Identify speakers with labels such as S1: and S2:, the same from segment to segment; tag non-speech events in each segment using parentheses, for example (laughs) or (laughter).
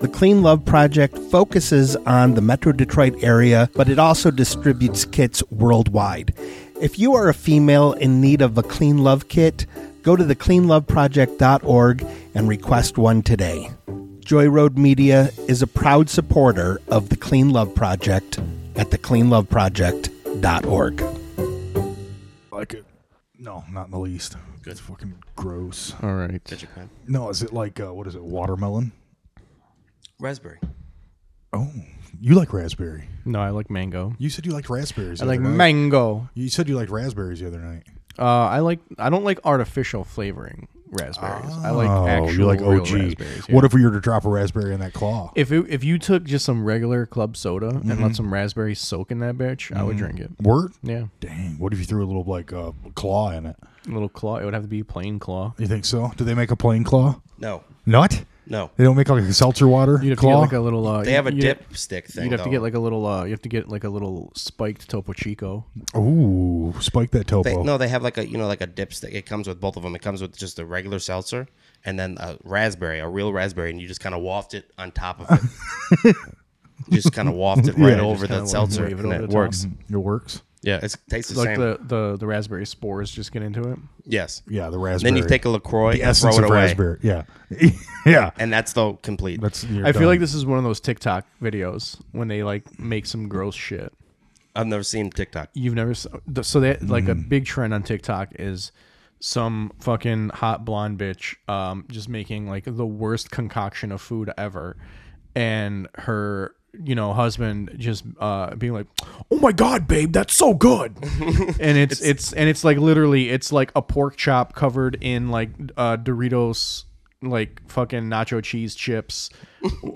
S1: The Clean Love Project focuses on the Metro Detroit area, but it also distributes kits worldwide. If you are a female in need of a Clean Love kit, go to thecleanloveproject.org and request one today. Joy Road Media is a proud supporter of the Clean Love Project at thecleanloveproject.org.
S2: Like it? No, not in the least. It's fucking gross.
S3: All right.
S4: Such a crime.
S2: No, is it like uh, what is it? Watermelon?
S4: Raspberry.
S2: Oh, you like raspberry?
S3: No, I like mango.
S2: You said you liked raspberries.
S3: I
S2: the
S3: like
S2: other night.
S3: mango.
S2: You said you liked raspberries the other night.
S3: Uh, I like. I don't like artificial flavoring raspberries. I like
S2: oh,
S3: actual
S2: you like
S3: real
S2: OG.
S3: raspberries.
S2: What
S3: yeah.
S2: if we were to drop a raspberry in that claw?
S3: if it, if you took just some regular club soda and
S4: Mm-hmm.
S3: let some raspberries soak in that bitch? I would drink it.
S2: Word?
S3: Yeah,
S2: Dang. What if you threw a little like uh, claw in it?
S3: a little claw. It would have to be plain claw.
S2: You think so? Do they make a plain claw?
S4: No.
S2: Not?
S4: No.
S2: They don't make like a seltzer water
S3: You'd have
S2: claw.
S3: to get like a little. Uh,
S4: They have a
S3: you'd-
S4: dipstick thing.
S3: You'd have to
S4: though.
S3: get like a little. Uh, you have to get like a little spiked Topo Chico.
S2: Ooh, spike that topo.
S4: They, no, they have like a you know like a dipstick. It comes with both of them. It comes with just a regular seltzer and then a raspberry, a real raspberry, and you just kind of waft it on top of it. You just kind of waft it right
S2: Yeah,
S4: over
S3: kinda
S4: that
S3: like
S4: seltzer,
S3: wave it
S4: and
S3: over
S4: it
S3: the top.
S4: works.
S2: Mm-hmm. It works.
S4: Yeah, it tastes the
S3: Like
S4: same.
S3: the, the the raspberry spores just get into it.
S4: yes.
S2: Yeah, the
S4: Then
S2: raspberry.
S4: you take a Lacroix
S2: the
S4: and
S2: essence
S4: throw it
S2: of
S4: away,
S2: raspberry. Yeah, (laughs) yeah.
S4: and that's the complete.
S2: That's. you're
S3: I
S2: done.
S3: feel like this is one of those TikTok videos when they like make some gross shit.
S4: I've never seen TikTok.
S3: You've never s- the- so that like a big trend on TikTok is some fucking hot blonde bitch um just making like the worst concoction of food ever and her you know husband just uh being like oh my god babe that's so good
S4: (laughs)
S3: and it's, it's and it's like literally it's like a pork chop covered in like uh doritos like fucking nacho cheese chips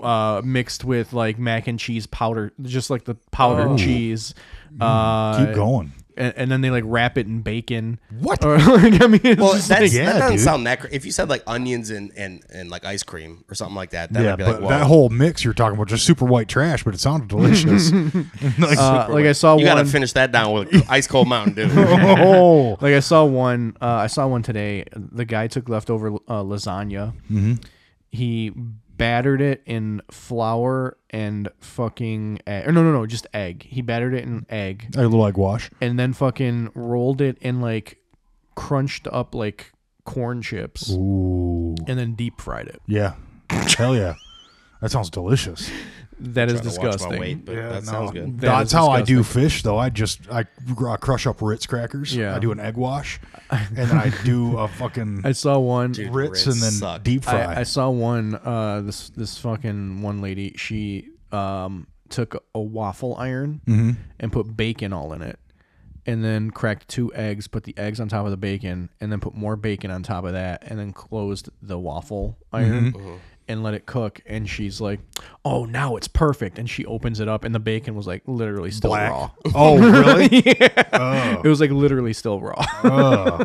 S3: uh mixed with like mac and cheese powder just like the powdered cheese uh
S2: Keep going.
S3: and, and then they like wrap it in bacon.
S2: What?
S3: Or, (laughs) like, I mean, it's
S4: Well,
S3: just
S4: that's,
S3: like-
S2: yeah,
S4: that doesn't
S2: dude.
S4: sound that. Cr- if you said like onions and, and, and like ice cream or something like that, that
S2: yeah,
S4: would be
S2: but
S4: like, well,
S2: that whole mix you're talking about just super white trash, but it sounded
S3: (laughs)
S2: delicious. (laughs) like,
S3: uh, like I saw
S4: you got
S3: one.
S4: to finish that down with (laughs) ice cold Mountain Dew.
S2: oh,
S3: like I saw one. Uh, I saw one today. The guy took leftover uh, lasagna. He battered it in flour and fucking egg. Or no, no, no, just egg. He battered it in egg
S2: a little egg wash.
S3: and then fucking rolled it in like crunched up like corn chips
S2: Ooh,
S3: and then deep fried it.
S2: yeah, hell yeah, that sounds delicious.
S3: That is
S4: Trying to watch my
S3: disgusting.
S4: weight, but that
S2: no,
S4: sounds good.
S3: That
S2: That's
S3: is
S2: how I do fish, though. I just I, gr- I crush up Ritz crackers.
S3: Yeah.
S2: I do an egg
S3: (laughs)
S2: wash, and then I do a fucking
S3: I saw one.
S4: Dude,
S2: Ritz,
S4: Ritz
S2: and then
S4: suck.
S2: deep fry.
S3: I, I saw one. Uh, this this fucking one lady. She um took a waffle iron
S2: Mm-hmm.
S3: and put bacon all in it, and then cracked two eggs. Put the eggs on top of the bacon, and then put more bacon on top of that, and then closed the waffle
S2: Mm-hmm.
S3: iron.
S2: Uh-huh.
S3: And let it cook, and she's like, "Oh, now it's perfect." And she opens it up, and the bacon was like literally still
S2: Black.
S3: raw.
S2: Oh,
S3: (laughs)
S2: really?
S3: It was like literally still raw.
S2: Oh,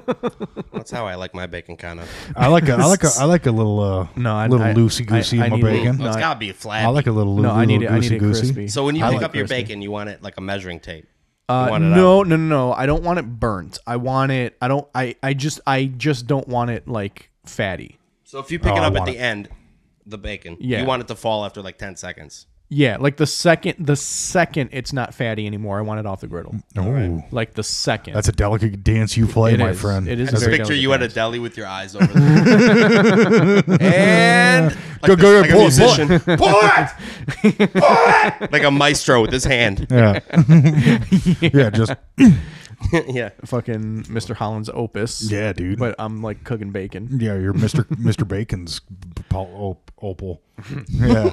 S4: That's how I like my bacon Oh, kind
S2: (laughs)
S4: of.
S2: I like a I like a I
S3: (laughs)
S2: like a little uh
S3: No, I-
S2: little
S3: I-
S2: loosey goosey
S3: I- I
S2: in my
S3: need a-
S2: bacon.
S4: Well, it's
S3: I-
S4: got to be flat.
S2: I like a little
S3: (laughs) no, I need it. I need
S2: loosey
S3: it
S2: goosey.
S3: crispy.
S4: So when you
S3: I
S4: pick
S3: like
S4: up your
S3: crispy.
S4: bacon, you want it like a measuring tape.
S3: Uh,
S4: you want it
S3: no,
S4: out.
S3: no, no, no. I don't want it burnt. I want it. I don't. I. I just. I just don't want it like fatty.
S4: So if you pick
S2: Oh,
S4: it
S2: I
S4: up at
S2: want
S4: the end, the bacon,
S3: Yeah.
S4: you want it to fall after like ten seconds.
S3: Yeah, like the second. The second it's not fatty anymore. I want it off the griddle.
S2: Ooh,
S3: Like the second.
S2: that's a delicate dance you play,
S3: It
S2: my
S3: is.
S2: friend.
S3: It is
S4: I just
S3: very
S4: picture
S3: delicate
S4: you at a
S3: dance.
S4: deli with your
S2: (laughs)
S4: eyes over there. and
S2: Go
S4: like
S2: go
S4: this-
S2: go!
S4: like
S2: Pull it,
S4: a musician, (laughs)
S2: pull it! (laughs)
S4: like a maestro with his hand. (laughs)
S2: Yeah,
S3: (laughs)
S2: yeah, just
S4: yeah.
S3: fucking Mr. Holland's opus.
S2: yeah, dude.
S3: But I'm like cooking bacon. (laughs)
S2: yeah, you're Mister Mister Bacon's p- p- op- opal. Yeah,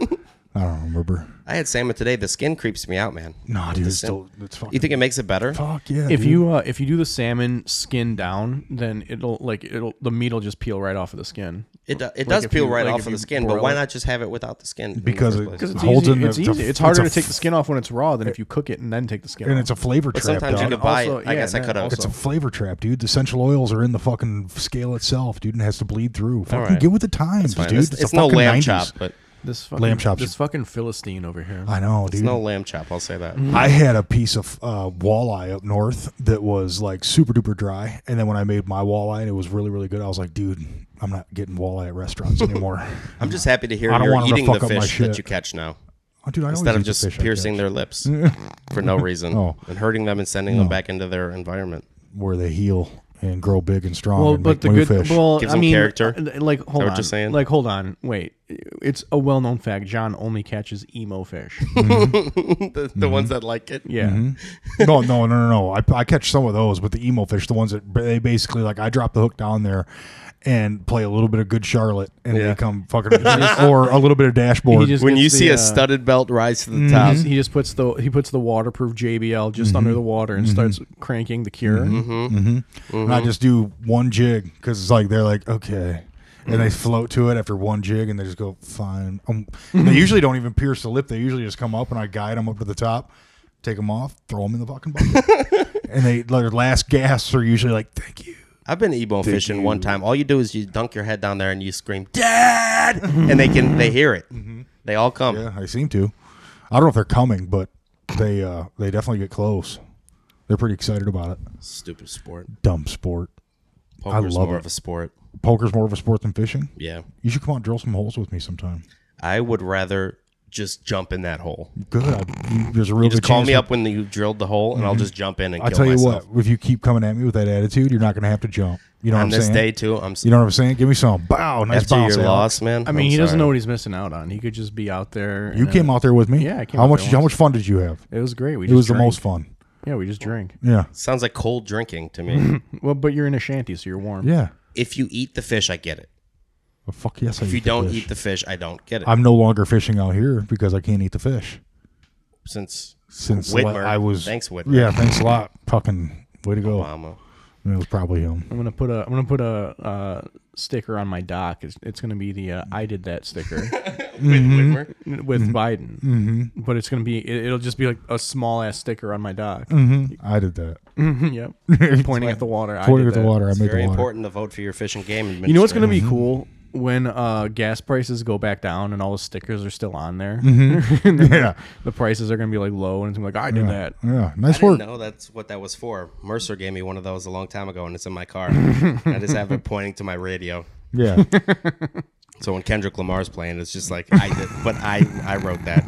S2: I don't remember.
S4: I had salmon today. The skin creeps me out, man.
S2: No,
S4: With
S2: dude,
S4: the
S2: it's
S4: skin.
S2: still it's fucking.
S4: You think it makes it better?
S2: fuck yeah.
S3: If
S2: dude.
S3: you uh, if you do the salmon skin down, then it'll like it'll the meat'll just peel right off of the skin.
S4: It, do- it
S3: Like,
S4: does
S3: if
S4: peel
S3: you-
S4: right
S3: like,
S4: off
S3: if
S4: of
S3: you
S4: the skin, but why
S3: boil it.
S4: not just have it without the skin? in the
S2: Because
S4: first
S2: it-
S4: place?
S3: Because it's
S2: Holds
S3: easy.
S2: in the-
S3: it's,
S2: it's a-
S3: easy. It's,
S2: it's a
S3: harder
S2: f-
S3: to take the skin off when it's raw than if you cook it and then take the skin
S2: and
S3: off.
S2: it's a flavor
S4: But
S2: trap.
S4: sometimes you
S2: dog.
S4: can buy
S3: also-
S4: it. I
S3: yeah,
S4: guess I
S3: and
S4: could have.
S3: also-
S2: It's a flavor trap, dude. The essential oils are in the fucking scale itself, dude, and it has to bleed through. Fucking
S4: right.
S2: get with the times, dude.
S4: It's,
S2: the
S4: it's no
S2: fucking
S4: lamb
S2: 90s.
S4: chop, but
S3: this fucking,
S2: lamb chops.
S3: This fucking philistine over here.
S2: I know,
S4: it's
S2: dude.
S4: no lamb chop. I'll say that.
S2: I had a piece of uh, walleye up north that was like super duper dry, and then when I made my walleye and it was really really good, I was like, dude, I'm not getting walleye at
S4: (laughs)
S2: restaurants anymore. Uh,
S4: I'm just happy to hear
S2: I don't
S4: you're
S2: want 'em to
S4: eating the
S2: fuck up my
S4: fish that
S2: shit.
S4: you catch now,
S2: Oh, dude, I always
S4: instead
S2: eat
S4: of
S2: the
S4: just
S2: fish I
S4: piercing
S2: catch.
S4: their lips for no reason
S2: Oh.
S4: and hurting them and sending them back into their environment.
S2: where they heal and grow big and strong.
S3: Well,
S2: and
S3: but the
S2: make new
S3: good,
S2: fish.
S3: well,
S4: Gives
S3: I
S4: them
S3: mean,
S4: character.
S3: uh, Like, hold
S4: what
S3: on.
S4: you're saying?
S3: Like, hold on. Wait, it's a well-known fact. John only catches emo fish.
S2: (laughs)
S4: the the ones that like it.
S3: yeah.
S2: (laughs) Mm-hmm. no, no, no, no, no. I, I catch some of those, but the emo fish, the ones that they basically like, I drop the hook down there and play a little bit of good Charlotte, and
S4: Yeah.
S2: they
S4: (laughs)
S2: come fucking or a little bit of
S3: He
S2: dashboard.
S3: just
S4: When
S3: gets
S4: you
S3: the,
S4: see
S3: uh,
S4: a studded belt rise to the
S3: he
S2: Mm-hmm.
S4: top,
S3: just- he just puts the he puts the waterproof JBL just under the water
S2: Mm-hmm.
S3: and starts cranking the cure.
S4: Mm-hmm.
S2: and I just do one jig because it's like they're like okay. And
S4: Mm.
S2: they float to it after one jig, and they just go fine. Um, and
S4: Mm-hmm.
S2: they usually don't even pierce the lip; they usually just come up, and I guide them up to the top, take them off, throw them in the fucking bucket,
S4: (laughs)
S2: and they their last gasps are usually like "thank you."
S4: I've been ebo fishing one time. All you do is you dunk your head down there and you scream "Dad!" and they can they hear it. They all come.
S2: Yeah, I seem to. I don't know if they're coming, but they uh they definitely get close. They're pretty excited about it.
S4: Stupid sport.
S2: Dumb sport.
S4: Poker's
S2: love
S4: more
S2: it.
S4: of a sport.
S2: Poker's more of a sport than fishing.
S4: Yeah,
S2: You should come out and drill some holes with me sometime.
S4: I would rather just jump in that hole.
S2: Good. I, you, there's a real
S4: Just
S2: good
S4: call
S2: chance
S4: me
S2: that-
S4: up when you drilled the hole, and I'll just jump in and
S2: I
S4: kill
S2: tell you
S4: myself.
S2: what, if you keep coming at me with that attitude, you're not going to have to jump. You know
S4: On
S2: what I'm
S4: this
S2: saying?
S4: day too, I'm. s
S2: You know what I'm saying? Give me some. Bow. Nice
S4: after
S2: bounce.
S4: your
S2: Alex.
S4: loss, man.
S3: I mean,
S4: I'm
S3: he doesn't
S4: sorry.
S3: know what he's missing out on. He could just be out there.
S2: You
S3: and-
S2: came out there with me.
S3: Yeah, I came
S2: How
S3: out
S2: much?
S3: there
S2: How
S3: once.
S2: much fun did you have?
S3: It was great. We
S2: It was
S3: just
S2: the
S3: drank.
S2: most fun.
S3: Yeah, we just drank.
S2: Yeah.
S4: Sounds like cold drinking to
S2: (laughs)
S4: me.
S3: Well, but you're in a shanty, so you're warm.
S2: Yeah.
S4: if you eat the fish, I get it.
S2: Well, fuck yes. I
S4: If
S2: eat
S4: you
S2: the
S4: don't
S2: fish.
S4: eat the fish, I don't get it.
S2: I'm no longer fishing out here because I can't eat the fish.
S4: Since
S2: since
S4: Whitmer.
S2: la- I was.
S4: Thanks, Whitmer.
S2: Yeah, thanks a lot. Fucking way to go.
S4: Obama.
S2: I mean, it was probably him.
S3: I'm gonna put a I'm gonna put a uh, sticker on my dock. It's, it's gonna be the uh, I did that
S4: (laughs)
S3: sticker
S2: Mm-hmm.
S4: Whitmer.
S3: with Biden, but it's gonna be it, it'll just be like a small ass sticker on my dock.
S2: Mm-hmm. I did that.
S3: (laughs)
S2: (laughs)
S3: yep, pointing at the water. I
S2: Pointing
S3: did
S2: at the
S3: that.
S2: water. Mm-hmm. I made
S4: Very
S2: the water.
S4: important to vote for your fishing game.
S3: You know what's gonna
S4: administrator.
S3: be cool when uh, gas prices go back down and all the stickers are still on there.
S2: Mm-hmm. (laughs) Yeah.
S3: (laughs) the prices are gonna be like low, and it's gonna be like I did that.
S2: Yeah.
S4: I
S2: Nice
S4: didn't
S2: work.
S4: know that's what that was for. Mercer gave me one of those a long time ago, and it's in
S2: (laughs)
S4: my car. I just have it pointing to my radio. (laughs)
S2: Yeah.
S4: So when Kendrick Lamar's playing, it's just like I did, but I I wrote that.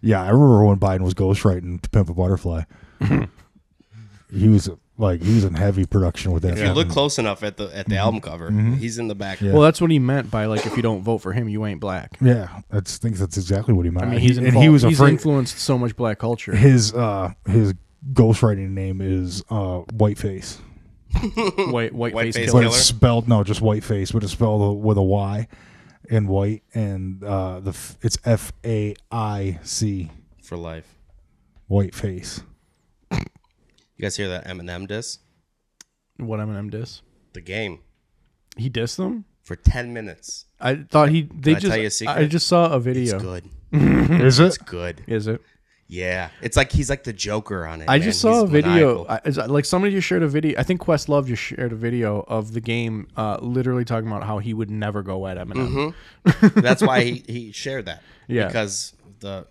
S2: yeah. I remember when Biden was ghostwriting to Pimp a (laughs) Butterfly. he was like, he was in heavy production with that.
S4: If you look
S2: fucking-
S4: close enough at the
S3: Mm-hmm.
S4: at the album cover, he's in the back.
S2: Yeah.
S3: Well, that's what he meant by like if you don't vote for him, you ain't black.
S2: yeah. I just think that's exactly what he meant.
S3: I mean, he's
S2: and he was
S3: he's
S2: afraid.
S3: influenced so much black
S2: (laughs)
S3: culture.
S2: His, uh, his ghostwriting name is uh, Whiteface.
S3: White white,
S4: White
S3: face
S4: face
S3: killer.
S2: but it's spelled no, just white face, but it's spelled with a Y and white, and uh, the f- it's F A I C
S4: for life.
S2: white face.
S4: You guys hear that Eminem diss?
S3: What Eminem diss?
S4: The game
S3: He dissed them.
S4: for ten minutes.
S3: I thought he. They
S4: I
S3: just.
S4: tell you a secret?
S3: I just saw a
S4: It's
S3: video.
S4: good.
S2: Is it?
S4: Good.
S3: Is it?
S4: Yeah. It's like he's like the Joker on it.
S3: I
S4: man.
S3: just saw
S4: He's
S3: a video.
S4: maniacal.
S3: I, is- like somebody just shared a video. I think Questlove just shared a video of the game, uh, literally talking about how he would never go at Eminem.
S4: Mm-hmm. That's why he, he shared that.
S3: Yeah.
S4: Because the,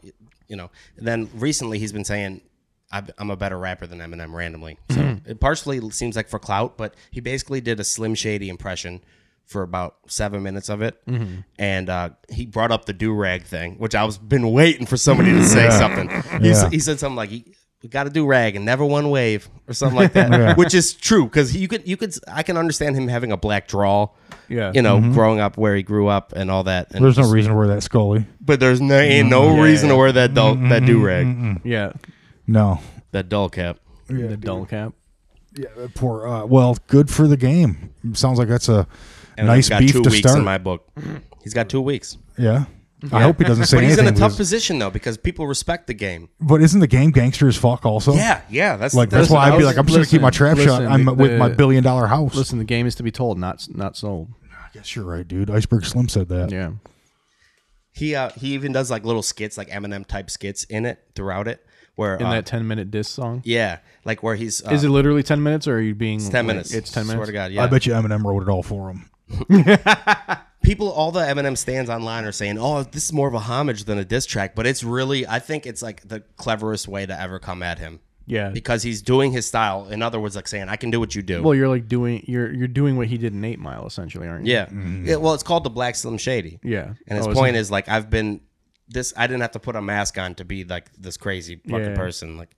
S4: you know, and then recently he's been saying, "I've- I'm a better rapper than Eminem randomly. So
S2: Hmm.
S4: it partially seems like for clout, but he basically did a Slim Shady impression for about seven minutes of it.
S2: Mm-hmm.
S4: And uh, he brought up the do rag thing, which I was been waiting for somebody to say something.
S2: (laughs)
S4: He, s-
S2: Yeah.
S4: he said something like, he, we got to do rag and never one wave or something
S2: (laughs)
S4: like that, which is true because you could you could I can understand him having a black draw,
S3: Yeah.
S4: you know, growing up where he grew up and all that. And
S2: Mm-hmm. There's no Mm-hmm. reason to wear that Scully.
S4: but there's no ain't no reason to wear that
S2: Mm-hmm.
S4: dull that do rag
S3: Yeah,
S2: No.
S4: that dull cap.
S3: the dull cap.
S2: Yeah, that poor. Uh, well, good for the game. Sounds like that's a
S4: And
S2: nice
S4: I've got
S2: beef
S4: two
S2: to
S4: weeks
S2: start.
S4: in my book. He's got two weeks.
S2: yeah. I hope he
S4: (laughs)
S2: doesn't say
S4: But he's
S2: anything.
S4: in a tough
S2: because-
S4: position though because people respect the game.
S2: but isn't the game gangster as fuck? Also,
S4: Yeah, yeah. That's
S2: Oh. Like that's
S3: Listen,
S2: why I'd
S3: I
S2: be
S3: was-
S2: like, I'm just gonna keep my
S3: listen,
S2: trap shot.
S3: listen,
S2: I'm
S3: the-
S2: with my
S3: the-
S2: billion dollar house.
S3: Listen, the game is to be told, not not sold.
S2: I guess you're right, dude. Iceberg Slim said that.
S3: Yeah.
S4: he uh, he even does like little skits, like Eminem type skits in it throughout it. Where
S3: In
S4: uh,
S3: that ten minute diss song.
S4: yeah, like where he's uh,
S3: Is it literally ten minutes, or are you being
S4: ten
S3: like,
S4: minutes?
S3: It's ten
S4: Swear
S3: minutes.
S4: to God, yeah.
S2: I bet you Eminem wrote it all for him.
S4: people all the Eminem stands online are saying, "Oh, this is more of a homage than a diss track," but it's really I think it's like the cleverest way to ever come at him.
S3: Yeah.
S4: Because he's doing his style. In other words, like saying, "I can do what you do."
S3: Well, you're like doing you're you're doing what he did in Eight Mile, essentially, aren't you?
S4: yeah. Yeah, Well, it's called the Black Slim Shady.
S3: Yeah.
S4: And his
S3: Oh, is
S4: point is like I've been this I didn't have to put a mask on to be like this crazy fucking
S3: Yeah.
S4: person like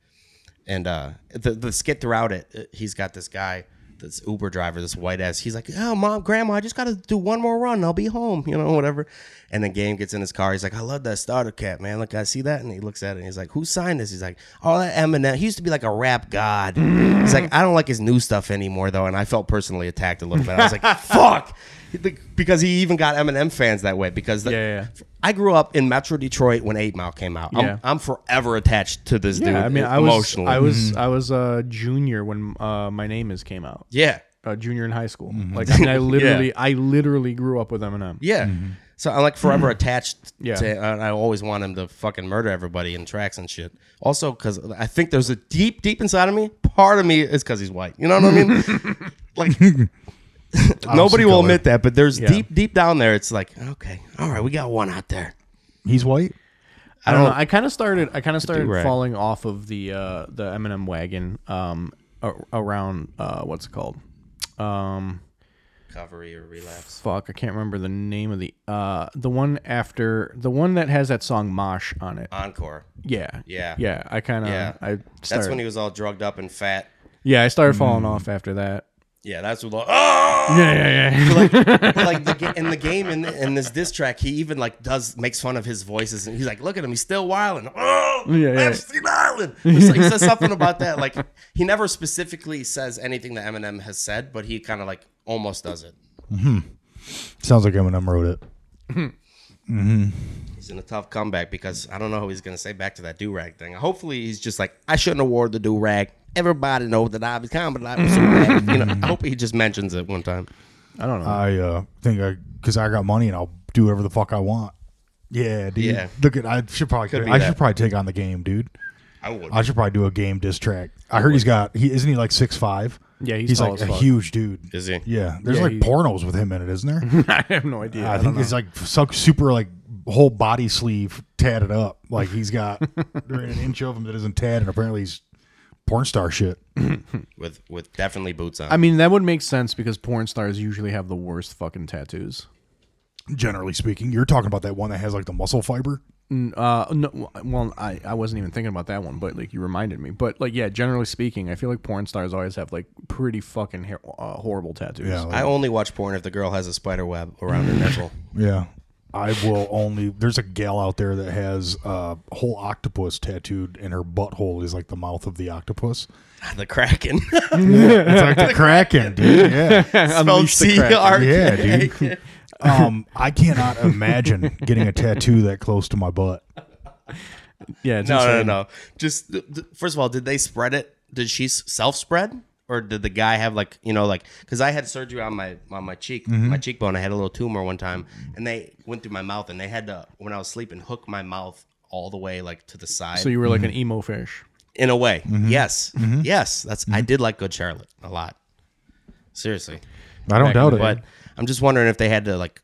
S4: and uh the the skit throughout it uh, he's got this guy this Uber driver this white ass he's like oh mom grandma I just got to do one more run I'll be home you know whatever and then game gets in his car he's like I love that starter cap man look I see that and he looks at it and he's like who signed this he's like oh that Eminem he used to be like a rap god he's like I don't like his new stuff anymore though and I felt personally attacked a little bit I was
S3: (laughs)
S4: like fuck because he even got Eminem fans that way because the,
S3: Yeah, yeah, yeah.
S4: I grew up in Metro Detroit when Eight Mile came out. I'm,
S3: Yeah.
S4: I'm forever attached to this dude.
S3: Yeah, I mean, I was
S4: emotionally.
S3: I was I was a junior when uh, my name is came out.
S4: yeah,
S3: A junior in high school. Like I, mean,
S4: (laughs)
S3: I literally I literally grew up with Eminem.
S4: yeah. So I'm like forever attached.
S3: Mm-hmm. Yeah.
S4: to, uh, and I always want him to fucking murder everybody in tracks and shit. Also, because I think there's a deep, deep inside of me. Part of me is because he's white. You know what I
S3: (laughs)
S4: mean? like nobody will
S2: color.
S4: admit that, but there's
S3: Oh, Yeah.
S4: deep, deep down there. It's like, okay, all right, we got one out there.
S2: He's white.
S3: I
S4: Oh.
S3: don't know. I kind of started. I kind of started
S4: do-rag.
S3: falling off of the uh, the Eminem wagon um, a- around uh, what's it called? Um,
S4: Recovery or relapse.
S3: fuck, I can't remember the name of the uh, the one after the one that has that song Mosh on it.
S4: Encore.
S3: Yeah,
S4: Uh, Yeah.
S3: yeah. I kind of.
S4: Yeah.
S3: I started.
S4: That's when he Mm-hmm. was all drugged up and fat.
S3: yeah, I started falling off after that. (laughs)
S4: Yeah, that's what. Oh!
S3: Yeah, yeah, yeah.
S4: like, like the, ga- in the game in, in this diss track, he even like does makes fun of his voices, and he's like, "Look at him, he's still wilding." Oh,
S3: Yeah, yeah.
S4: Epstein Island. It's like, he says something about that. Like he never specifically says anything that Eminem has said, but he kind of like almost does it.
S2: Sounds like Eminem wrote it.
S4: He's in a tough comeback because I don't know who he's gonna say back to that do rag thing. Hopefully, he's just like, "I shouldn't award the do rag." Everybody knows that I was coming, but I was so bad. You know, I hope he just mentions it one time.
S3: I don't
S4: Hmm.
S3: know.
S2: I uh, think I because I got money and I'll do whatever the fuck I want. Yeah, dude.
S4: Yeah.
S2: Look at I should probably
S4: be
S2: I
S4: that.
S2: should probably take on the game, dude.
S4: I would.
S2: I should probably do a game diss track. I heard he's got he isn't he like six five.
S3: Yeah, he's tall
S2: like
S3: as
S2: a
S3: fuck.
S2: huge dude.
S4: Is he?
S2: Yeah, there's
S3: Yeah,
S2: like
S3: he-
S2: pornos with him in it, isn't there?
S3: (laughs) I have no idea.
S2: I, think it's like su- super like whole body sleeve tatted up. Like he's
S3: (laughs)
S2: got an inch of him that isn't tatted. Apparently he's porn star shit.
S4: With with definitely boots on.
S3: I mean, that would make sense because porn stars usually have the worst fucking tattoos.
S2: Generally speaking, you're talking about that one that has like the muscle fiber.
S3: Uh, no, well, I, I wasn't even thinking about that one, but like you reminded me. But like, yeah, generally speaking, I feel like porn stars always have like pretty fucking hair, uh, horrible tattoos.
S2: Yeah, like-
S4: I only watch porn if the girl has a spider web around
S3: (laughs)
S4: her nipple.
S2: Yeah. I will only. There's a gal out there that has a uh, whole octopus tattooed, and her butthole is like the mouth of the octopus.
S4: Ah, the Kraken. (laughs)
S2: It's like
S3: (laughs)
S2: the kraken, dude. Yeah,
S4: Spelled C R K.
S2: yeah, dude. Um, I cannot imagine getting a tattoo that close to my butt.
S3: yeah. It's
S4: No, no,
S3: insane.
S4: no. Just th- th- first of all, did they spread it? Did she self spread, or did the guy have like you know like? Because I had surgery on my on my cheek,
S3: Mm-hmm.
S4: my cheekbone. I had a little tumor one time, and they went through my mouth, and they had to when I was sleeping hook my mouth all the way like to the side.
S3: So you Mm-hmm. were like
S2: Mm-hmm.
S3: an emo fish.
S4: in a way, yes, yes. That's
S3: Mm-hmm.
S4: I did like Good Charlotte a lot. Seriously,
S2: I don't doubt it.
S4: but I'm just wondering if they had to like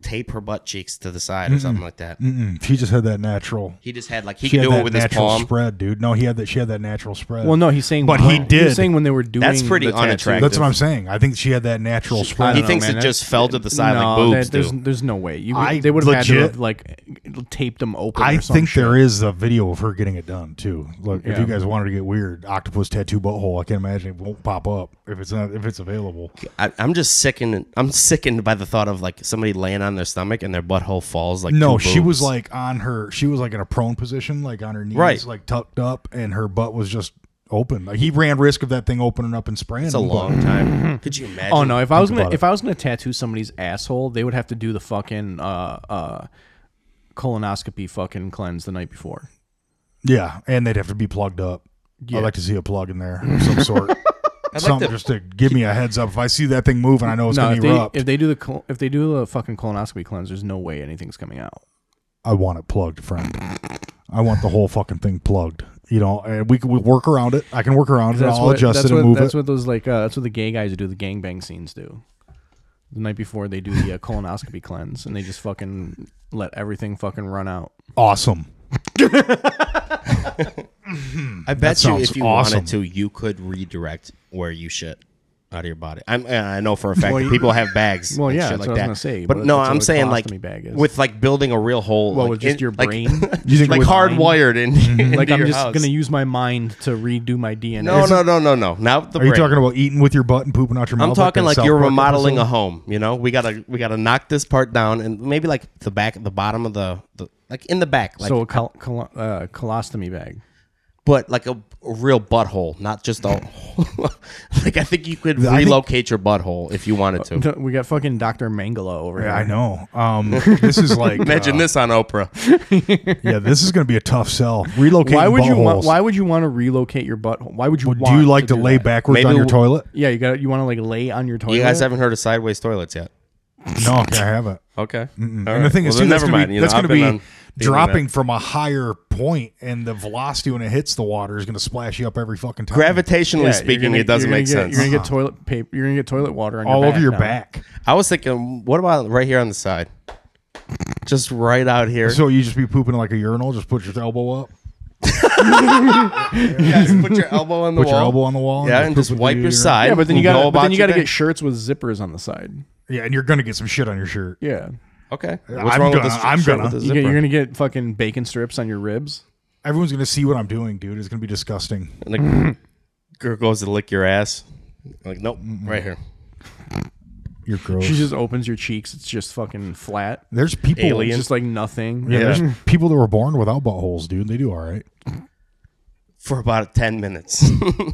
S4: tape her butt cheeks to the side or something like that.
S2: Mm, she just had that natural.
S4: He just had like he
S2: She
S4: could
S2: had
S4: do it
S2: that
S4: with his
S2: natural
S4: palm.
S2: spread, dude. No, he had that. She had that natural spread.
S3: Well, no, he's saying,
S2: But he
S3: when-
S2: did.
S3: He's saying when they were doing.
S4: pretty
S3: the tattoo-
S4: unattractive.
S2: that's what I'm saying. I think she had that natural spread.
S4: He
S3: don't know,
S4: thinks
S3: man.
S4: it
S3: That's-
S4: just fell to the side like
S3: No,
S4: boobs
S3: that- there's
S4: do.
S3: there's no way. You
S2: I
S3: they would have had to
S2: legit-
S3: have like taped them open.
S2: I
S3: or some
S2: think
S3: shit.
S2: there is a video of her getting it done too. Look, if
S3: Yeah.
S2: you guys wanted to get weird, octopus tattoo butthole. I can't imagine it won't pop up if it's not if it's available.
S4: I, I'm just sickened. I'm sickened by the thought of like somebody laying on their stomach and their butthole falls like.
S2: No,
S4: two
S2: she was
S4: boobs.
S2: like on her. She was like in a prone position, like on her knees,
S4: Right.
S2: like tucked up, and her butt was just open. Like he ran risk of that thing opening up and spraying.
S4: It's a
S2: him, but-
S4: long time. Could you imagine?
S3: Oh no! If I was
S2: about
S3: gonna
S2: it.
S3: if I was gonna tattoo somebody's asshole, they would have to do the fucking uh uh colonoscopy fucking cleanse the night before.
S2: Yeah, and they'd have to be plugged up. I'd like to see a plug in there of some
S4: (laughs)
S2: sort. Something
S4: to-
S2: just to give me a heads up. If I see that thing moving, I know it's
S3: No,
S2: going
S3: if
S2: to
S3: they,
S2: erupt.
S3: if they do the col- if they do the fucking colonoscopy cleanse, there's no way anything's coming out.
S2: I want it plugged, friend. I want the whole fucking thing plugged. You know, and we can we work around it. I can work around it. I'll adjust
S3: that's
S2: it and
S3: what,
S2: move
S3: that's
S2: it.
S3: what those like uh, that's what the gay guys who do the gangbang scenes do. The night before they do the uh, colonoscopy cleanse and they just fucking let everything fucking run out.
S2: awesome.
S4: I bet you
S2: sounds
S4: if you
S2: awesome.
S4: wanted to, you could redirect where you shit out of your body. I'm, and I know for a fact that people have bags.
S3: Well,
S4: and
S3: yeah,
S4: shit
S3: that's
S4: like
S3: what I
S4: that.
S3: was gonna say,
S4: But
S3: but
S4: no,
S3: that's
S4: I'm
S3: what a
S4: saying like
S3: colostomy bag is.
S4: with like building a real hole.
S3: Well,
S4: like,
S3: with just
S4: in-
S3: your
S4: like- (laughs)
S3: brain? Mm-hmm.
S2: You think
S4: like
S2: with-
S4: hardwired in.
S3: Like
S4: into
S3: I'm
S4: your
S3: just
S4: house.
S3: gonna use my mind to redo my DNA.
S4: No, no, no, no, no. Not the
S2: Are you
S4: brain.
S2: talking about eating with your butt and pooping out your mouth?
S4: I'm talking
S2: that
S4: like
S2: South
S4: you're
S2: Park
S4: remodeling a
S2: episode?
S4: home. You know, we gotta we gotta knock this part down and maybe like the back, the bottom of the, the like in the back, like
S3: so a col- col- uh, colostomy bag.
S4: but like a, a real butthole, not just a (laughs) like. I think you could
S2: think-
S4: relocate your butthole if you wanted to.
S3: We got fucking Dr. Mangala over here.
S2: Yeah, I know. Um, this is
S4: (laughs)
S2: like
S4: Imagine
S2: uh,
S4: this on Oprah.
S2: Yeah, this is going to be a tough sell. Relocating
S3: Why would you want?
S2: buttholes.
S3: Why would you want to relocate your butthole? Why would you?
S2: do
S3: want
S2: you like to,
S3: do
S2: lay
S3: that?
S2: backwards
S4: Maybe
S2: on your
S3: (laughs)
S4: we'll-
S2: toilet?
S3: Yeah, you got. You want to like lay on your toilet.
S4: You guys haven't heard of sideways toilets yet.
S2: No, okay, I haven't.
S4: Okay.
S2: And the thing is, too, that's going to be, that's gonna be dropping from a higher point, and the velocity when it hits the water is going to splash you up every fucking time.
S4: Gravitationally
S3: Yeah, you're
S4: speaking,
S3: gonna-
S4: it doesn't
S3: you're gonna
S4: make
S3: get-
S4: sense.
S3: You're gonna get toilet paper. You're gonna get toilet water on your
S2: all
S3: back
S2: over your
S3: now.
S2: back.
S4: I was thinking, what about right here on the side? Just right out here.
S2: So you just be pooping like a urinal. Just put your elbow up,
S4: Yes, put your elbow on
S2: (laughs)
S4: the
S2: put your elbow on the wall.
S4: Yeah, and
S2: poop
S4: just
S2: with
S4: wipe your side.
S3: Yeah, but then you
S4: We'll know
S3: got. But
S4: about
S3: then you got to
S4: your
S3: get
S4: day.
S3: shirts with zippers on the side.
S2: Yeah, and you're going to get some shit on your shirt.
S3: Yeah,
S4: Okay.
S2: I'm gonna-
S4: this
S2: I'm
S4: shirt
S2: gonna.
S4: with the
S3: you get,
S4: zipper?
S3: you're gonna get fucking bacon strips on your ribs.
S2: Everyone's going to see what I'm doing, dude. It's going to be disgusting. (laughs)
S4: And the girl goes to lick your ass. Like, nope,
S2: Mm-hmm.
S4: right here.
S2: You're gross.
S3: She just opens your cheeks. It's just fucking flat.
S2: there's people.
S3: It's
S4: Alien.
S3: just like nothing.
S2: Yeah, there's people that were born without buttholes, dude. They do all right.
S4: For about
S2: (laughs)
S4: 10 minutes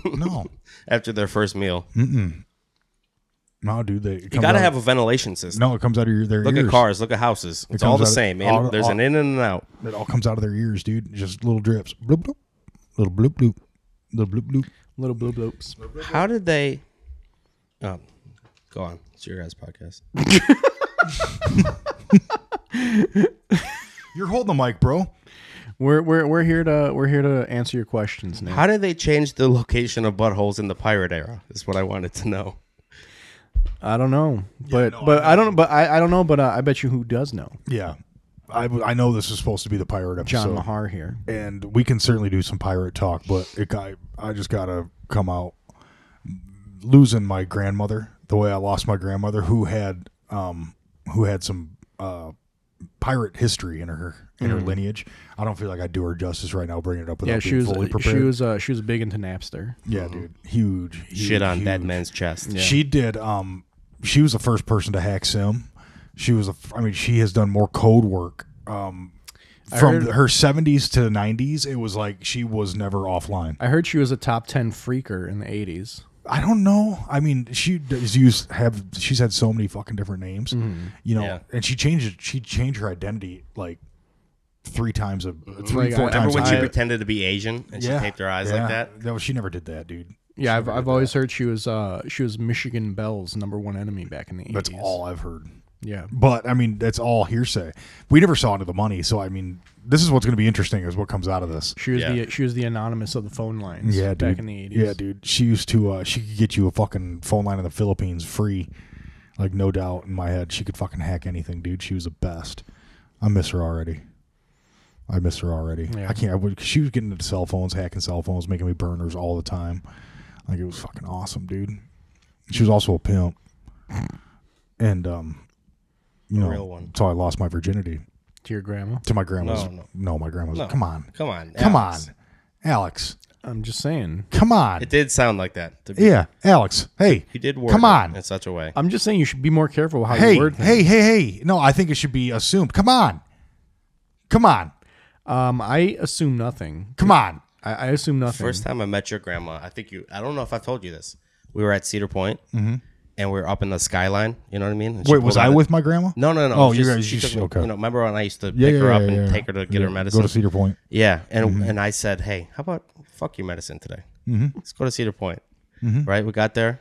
S2: No,
S4: after their first meal.
S2: no, dude. They it
S4: You
S2: comes
S4: got to
S2: out-
S4: have a ventilation system.
S2: No, it comes out of your, their
S4: Look
S2: ears.
S4: at cars, look at houses. It's all
S2: comes
S4: the
S2: out of-
S4: same.
S2: all-
S4: And there's
S2: all-
S4: an in and an out.
S2: It all comes out of their ears, dude. Just little drips. Bloop bloop. Little bloop bloop. Little bloop bloop.
S3: Little blue bloops.
S4: How did they? Oh, go on. It's your guys' podcast.
S2: You're holding the mic, bro.
S3: We're we're we're here to we're here to answer your questions now.
S4: How did they change the location of buttholes in the pirate era? Is what I wanted to know.
S3: I don't know, but but I don't but I, I don't know, but uh, I bet you who does know.
S2: Yeah. I, I know this is supposed to be the pirate episode.
S3: John Mahar here.
S2: And we can certainly do some pirate talk, but it I, I just got to come out losing my grandmother the way I lost my grandmother who had um who had some uh pirate history in her in her lineage. I don't feel like I do her justice right now bringing it up without
S3: Mm. Yeah, she
S2: being
S3: was
S2: fully prepared.
S3: she was uh, she was big into Napster.
S2: yeah, dude. Huge, huge
S4: Shit on
S2: huge.
S4: that man's chest.
S2: She did. Um, she was the first person to hack Sim. She was. A, I mean, she has done more code work. Um, from
S3: heard-
S2: her seventies to nineties, it was like she was never offline.
S3: I heard she was a top ten freaker in the eighties.
S2: I don't know. I mean, she does use have. She's had so many fucking different names, you know.
S4: Yeah.
S2: And she changed. She changed her identity like three times a three
S3: Like, I-
S2: four
S4: Remember
S2: times.
S4: when
S2: a
S4: she
S2: day.
S4: pretended to be Asian and she taped her eyes
S2: yeah.
S4: like that?
S2: No, she never did that, dude.
S3: Yeah, I've, I've always heard she was uh she was Michigan Bell's number one enemy back in the eighties.
S2: That's all I've heard.
S3: Yeah.
S2: But I mean, that's all hearsay. We never saw into the money, so I mean, this is what's going to be interesting is what comes out of this.
S3: She was
S4: Yeah.
S3: the she was the anonymous of the phone lines.
S2: Yeah, dude.
S3: back in the eighties.
S2: Yeah, dude. She used to. Uh, she could get you a fucking phone line in the Philippines free, like no doubt in my head. She could fucking hack anything, dude. She was the best. I miss her already. I miss her already. I can't. I would, she was getting into cell phones, hacking cell phones, making me burners all the time. Like it was fucking awesome, dude. She was also a pimp, and um, you know,
S4: real one.
S2: so I lost my virginity.
S3: To your grandma.
S2: to my grandma's.
S4: No,
S2: No,
S4: no.
S2: my grandma's.
S4: No.
S2: Come on,
S4: Come on.
S2: come
S4: Alex.
S2: on, Alex.
S3: I'm just saying.
S2: Come on.
S4: It did sound like that. To be-
S2: yeah, Alex. Hey,
S4: You did work.
S2: Come on.
S4: in such a way.
S3: I'm just saying you should be more careful how
S2: Hey,
S3: you word things.
S2: hey, hey, hey. No, I think it should be assumed. Come on, come on,
S3: Um, I assume nothing.
S2: come on.
S3: I, I assume nothing.
S4: First time I met your grandma, I think you. I don't know if I've told you this. We were at Cedar Point, and we were up in the skyline. You know what I mean? And
S2: Mm-hmm.
S4: she
S2: Wait, was
S4: pulled
S2: I
S4: out a-
S2: with my grandma?
S4: No, no, no.
S2: Oh,
S4: She
S2: you
S4: just-
S2: guys
S4: She
S2: used
S4: took,
S2: to- okay.
S4: You know, remember when I used to
S2: Yeah,
S4: pick
S2: yeah,
S4: her
S2: yeah,
S4: up and
S2: yeah.
S4: take her to get
S2: Yeah,
S4: her medicine?
S2: Go to Mm-hmm. Cedar Point.
S4: Yeah, and and I said, hey, how about fuck your medicine today?
S2: Mm-hmm.
S4: Let's go to Cedar Point. Right, we got there,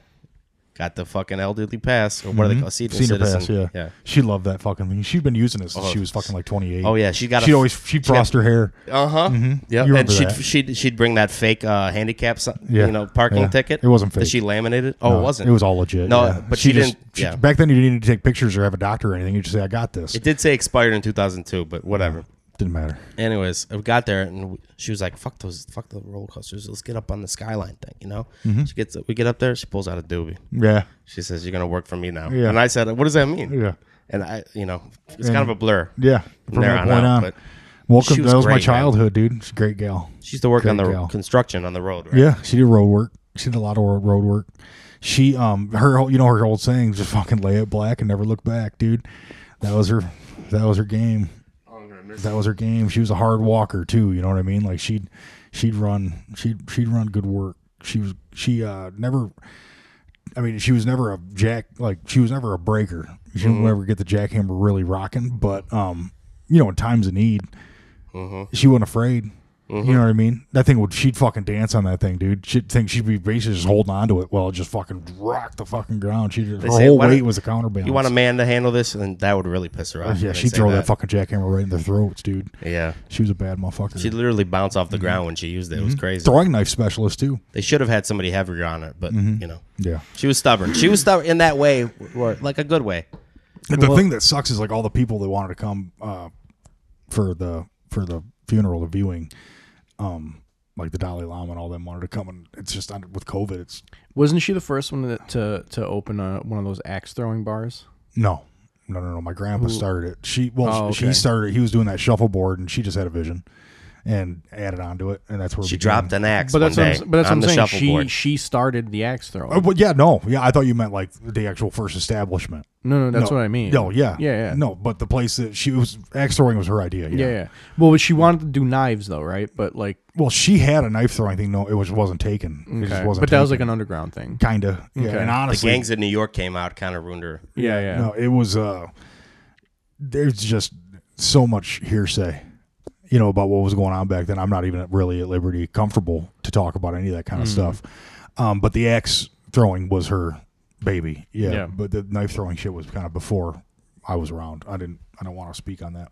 S4: got the fucking elderly pass or what are they
S2: Mhm.
S4: called? Senior,
S2: Senior
S4: citizen.
S2: pass, yeah.
S4: yeah.
S2: She loved that fucking thing. She'd been using this since she was fucking like 28.
S4: Oh yeah, she got.
S2: She
S4: a,
S2: always she crossed her hair.
S4: Uh huh. Yeah,
S2: Mm-hmm. You
S4: and
S2: remember
S4: she'd,
S2: that.
S4: she'd she'd bring that fake uh, handicap, si-
S2: Yeah.
S4: you know, parking
S2: Yeah.
S4: ticket.
S2: It wasn't
S4: That
S2: fake.
S4: she laminated. Oh,
S2: No,
S4: it wasn't.
S2: It was all legit.
S4: No,
S2: yeah.
S4: but she,
S2: just-
S4: didn't.
S2: she-
S4: yeah,
S2: Back then, you didn't need to take pictures or have a doctor or anything. You just say, "I got this."
S4: it did say expired in 2002, but whatever.
S2: Didn't matter.
S4: Anyways, I got there and we- she was like, "Fuck those, fuck the roller coasters. Let's get up on the skyline thing." You know,
S2: Mm-hmm.
S4: she gets we get up there. She pulls out a doobie.
S2: Yeah,
S4: She says, "You're gonna work for me now."
S2: Yeah.
S4: And I said, "What does that mean?"
S2: yeah,
S4: And I, you know, it's kind of a blur.
S2: yeah. From
S4: There
S2: that
S4: on
S2: point
S4: out,
S2: on,
S4: but
S2: welcome.
S4: she was
S2: that was my
S4: great, man.
S2: childhood, dude. She's a great gal.
S4: She used to work on the
S2: Great gal.
S4: construction on the road. Right?
S2: Yeah, she did road work. She did a lot of road road work. She um her whole- you know her old saying just fucking lay it black and never look back, dude. That was her that was her game. That was her game. She was a hard walker too, you know what I mean? Like she'd she'd run she'd she'd run good work. She was she uh never I mean, she was never a jack like she was never a breaker. She
S4: Mm-hmm.
S2: would never get the jackhammer really rocking, but um you know, in times of need,
S4: Mm-hmm.
S2: she wasn't afraid. You know what I mean? That thing would she'd fucking dance on that thing, dude. She'd think she'd be basically just holding on to it while it just fucking rocked the fucking ground. She just, her
S4: say,
S2: whole
S4: why don't-
S2: weight was a counterbalance.
S4: You want a man to handle this, and that would really piss her off.
S2: yeah,
S4: when they
S2: she'd
S4: say
S2: throw that. fucking jackhammer right in their throats, dude.
S4: Yeah.
S2: She was a bad motherfucker. Mm-hmm.
S4: She literally bounced off the ground when she used it. It was crazy.
S2: throwing knife specialist too.
S4: They should have had somebody heavier on her, but you know,
S2: Yeah.
S4: she was stubborn. She was stubborn in that way, or like a good way.
S2: the thing that sucks is like all the people that wanted to come uh, for the for the funeral, the viewing, um, like the Dalai Lama and all them wanted to come, and it's just under, with COVID, it's
S3: Wasn't she the first one that, to to open a, one of those axe throwing bars?
S2: No, no, no, no. My grandpa started it. She well,
S3: Oh,
S2: she
S3: okay.
S2: started. He was doing that shuffleboard, and she just had a vision, and added onto it, and that's where it
S4: She
S2: began.
S4: dropped an axe.
S3: But that's
S4: one
S3: what I'm,
S4: day
S3: s- but that's
S4: on
S3: what
S4: the
S3: I'm saying. She
S4: shuffleboard.
S3: she started the axe throwing.
S2: Oh, but yeah, no, yeah. I thought you meant like the actual first establishment.
S3: no, no, that's
S2: No.
S3: what I mean.
S2: No, yeah,
S3: yeah, yeah.
S2: No, but the place that she was axe throwing was her idea. Yeah.
S3: yeah, yeah. Well, but she wanted to do knives though, right? But like,
S2: Well, she had a knife throwing thing. No, it was wasn't taken. It just
S3: okay.
S2: wasn't.
S3: but that was like
S2: taken.
S3: an underground thing.
S2: kinda. Yeah,
S3: Okay.
S2: and
S4: the
S2: honestly,
S4: gangs in New York came out, kind of ruined her.
S3: Yeah, yeah.
S2: No, it was uh there's just so much hearsay, you know, about what was going on back then. I'm not even really at liberty comfortable to talk about any of that kind
S3: Mm.
S2: of stuff. Um, but the axe throwing was her baby. Yeah,
S3: Yeah.
S2: But the knife throwing shit was kind of before I was around. I didn't I don't want to speak on that.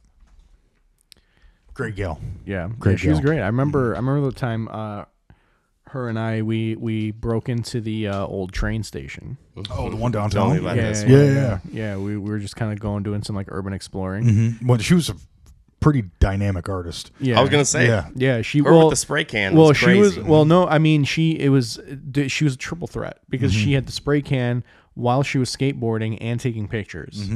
S2: Great gal.
S3: Yeah,
S2: Great
S3: yeah, she was
S2: gal.
S3: great. I remember. I remember the time uh, her and I we we broke into the uh, old train station.
S2: Oh, the one downtown.
S4: me about
S2: yeah.
S4: it. that's
S2: yeah, yeah. Mm-hmm.
S3: yeah. We, we were just kind of going doing some like urban exploring.
S2: Well, she was a pretty dynamic artist.
S3: Yeah,
S4: I was gonna say,
S2: Yeah.
S3: Yeah, she
S4: her
S3: well,
S4: with the spray can.
S3: well,
S4: was
S3: she
S4: crazy.
S3: was well. No, I mean she it was d- she was a triple threat because
S2: Mm-hmm.
S3: she had the spray can while she was skateboarding and taking pictures.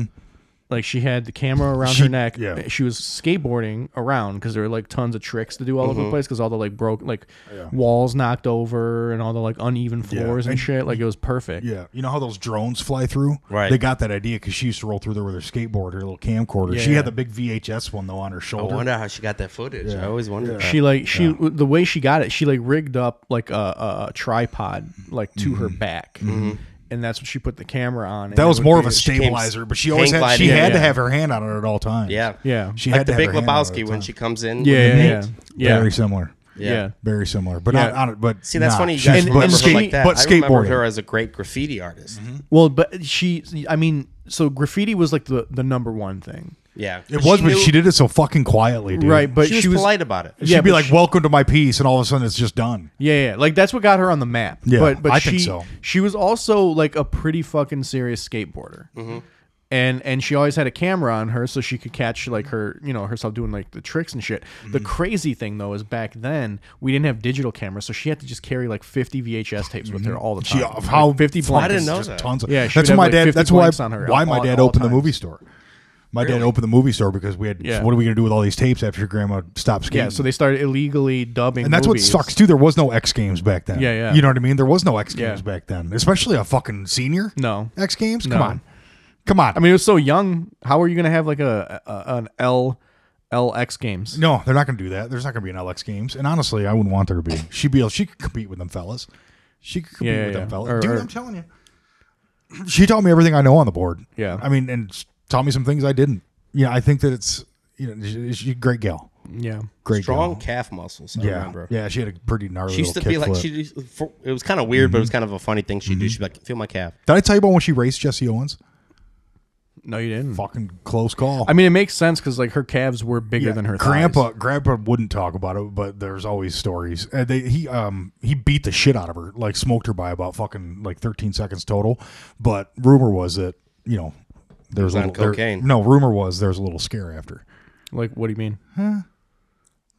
S3: Like she had the camera around
S2: Mm-hmm.
S3: her
S2: She-
S3: neck.
S2: yeah.
S3: She was skateboarding around because there were like tons of tricks to do all over
S4: Mm-hmm.
S3: the place because all the like broke like walls knocked over and all the like uneven floors and
S2: And-
S3: shit. Like it was perfect.
S2: Yeah, you know how those drones fly through?
S4: Right.
S2: They got that idea because she used to roll through there with her skateboard, her little camcorder. She
S3: Yeah.
S2: had the big VHS one though on her
S4: I
S2: shoulder.
S4: Oh, wonder how she got that footage. I always wondered. that.
S3: She like she the way she got it, she like rigged up like a, a tripod like to her back,
S4: Mm-hmm.
S3: and that's what she put the camera on. and
S2: Mm-hmm. that
S3: it
S2: was
S3: would
S2: more
S3: be-
S2: of a stabilizer, but she always
S4: hang
S2: had she
S4: gliding,
S2: had to
S3: yeah.
S2: have her hand on it at all times.
S4: yeah,
S3: Yeah.
S2: she
S4: like
S2: had
S4: the
S2: to have
S4: Big
S2: her hand on it
S4: Lebowski
S2: at
S4: when
S2: all
S4: she comes in. with
S3: Yeah,
S4: the
S3: yeah,
S4: paint.
S2: times.
S3: yeah.
S2: very similar,
S4: yeah.
S3: yeah.
S2: very similar, but
S3: Yeah.
S2: not on it. But
S4: See, that's
S2: nah,
S4: funny. You
S2: she's-
S4: guys
S2: but,
S4: remember her
S2: skate-
S4: like that.
S2: but
S4: I remembered
S2: skateboarding.
S4: her as a great graffiti artist.
S3: Well, but she, I mean, so graffiti was like the, the number one thing,
S4: Yeah,
S2: it was, but
S4: knew-
S2: she did it so fucking quietly, dude.
S3: right? But
S4: she was, polite about it.
S2: She'd
S3: Yeah,
S2: be
S3: but
S2: like,
S3: she-
S2: "Welcome to my piece," and all of a sudden it's just done.
S3: yeah, yeah, like that's what got her on the map.
S2: Yeah,
S3: but but
S2: I
S3: she
S2: think so.
S3: she was also like a pretty fucking serious skateboarder, and and she always had a camera on her so she could catch like her you know herself doing like the tricks and shit. The
S2: Mm-hmm.
S3: crazy thing though is back then we didn't have digital cameras, so she had to just carry like fifty VHS tapes with her all the time.
S2: She
S3: Like,
S2: Mm-hmm. Uh, how
S3: fifty
S2: fucking
S3: blankets.
S4: didn't know
S2: just
S4: that.
S2: Tons of,
S3: Yeah, she would
S2: that's
S3: have,
S2: why my
S3: like,
S2: dad.
S3: 50
S2: That's why
S3: blanks on her
S2: why
S3: all-
S2: my dad
S3: at all
S2: opened the
S3: times.
S2: movie store. My dad opened the movie store because we had.
S3: Yeah.
S2: What are we gonna do with all these tapes after your grandma stopped skating?
S3: Yeah, so they started illegally dubbing,
S2: and that's
S3: movies.
S2: what sucks too. There was no X Games back then.
S3: Yeah, yeah.
S2: You know what I mean? There was no X
S3: Yeah.
S2: Games back then, especially a fucking senior.
S3: No.
S2: X Games. Come
S3: No.
S2: on, come on.
S3: I mean, it was so young. How are you going to have like a, a an L LX Games.
S2: No, they're not going to do that. There's not going to be an LX Games, and honestly, I wouldn't want there to be. She be able, she could compete with them fellas. She could compete
S3: Yeah, yeah,
S2: with
S3: yeah.
S2: them fellas.
S3: Or-
S2: Dude,
S3: or-
S2: I'm telling you, she taught me everything I know on the board.
S3: Yeah.
S2: I mean, and s- taught me some things I didn't. Yeah, I think that it's you know she- she's a great gal,
S3: Yeah.
S2: great
S4: Strong
S2: Gal.
S4: calf muscles. I
S2: Yeah,
S4: remember.
S2: yeah, she had a pretty gnarly.
S4: She used to
S2: little
S4: be
S2: kick
S4: like
S2: flip.
S4: she. For, it was kind of weird, but it was kind of a funny thing she'd do. She'd be like, "Feel my calf."
S2: Did I tell you about when she raced Jesse Owens?
S3: No, you didn't.
S2: Fucking close call.
S3: I mean, it makes sense because like her calves were bigger
S2: Yeah,
S3: than her.
S2: grandpa
S3: thighs.
S2: grandpa wouldn't talk about it but there's always stories and they, he um he beat the shit out of her like smoked her by about fucking like 13 seconds total but rumor was that you know there was a
S4: on
S2: little, there-
S4: cocaine.
S2: no rumor was there was a little scare after
S3: Like, what do you mean?
S2: a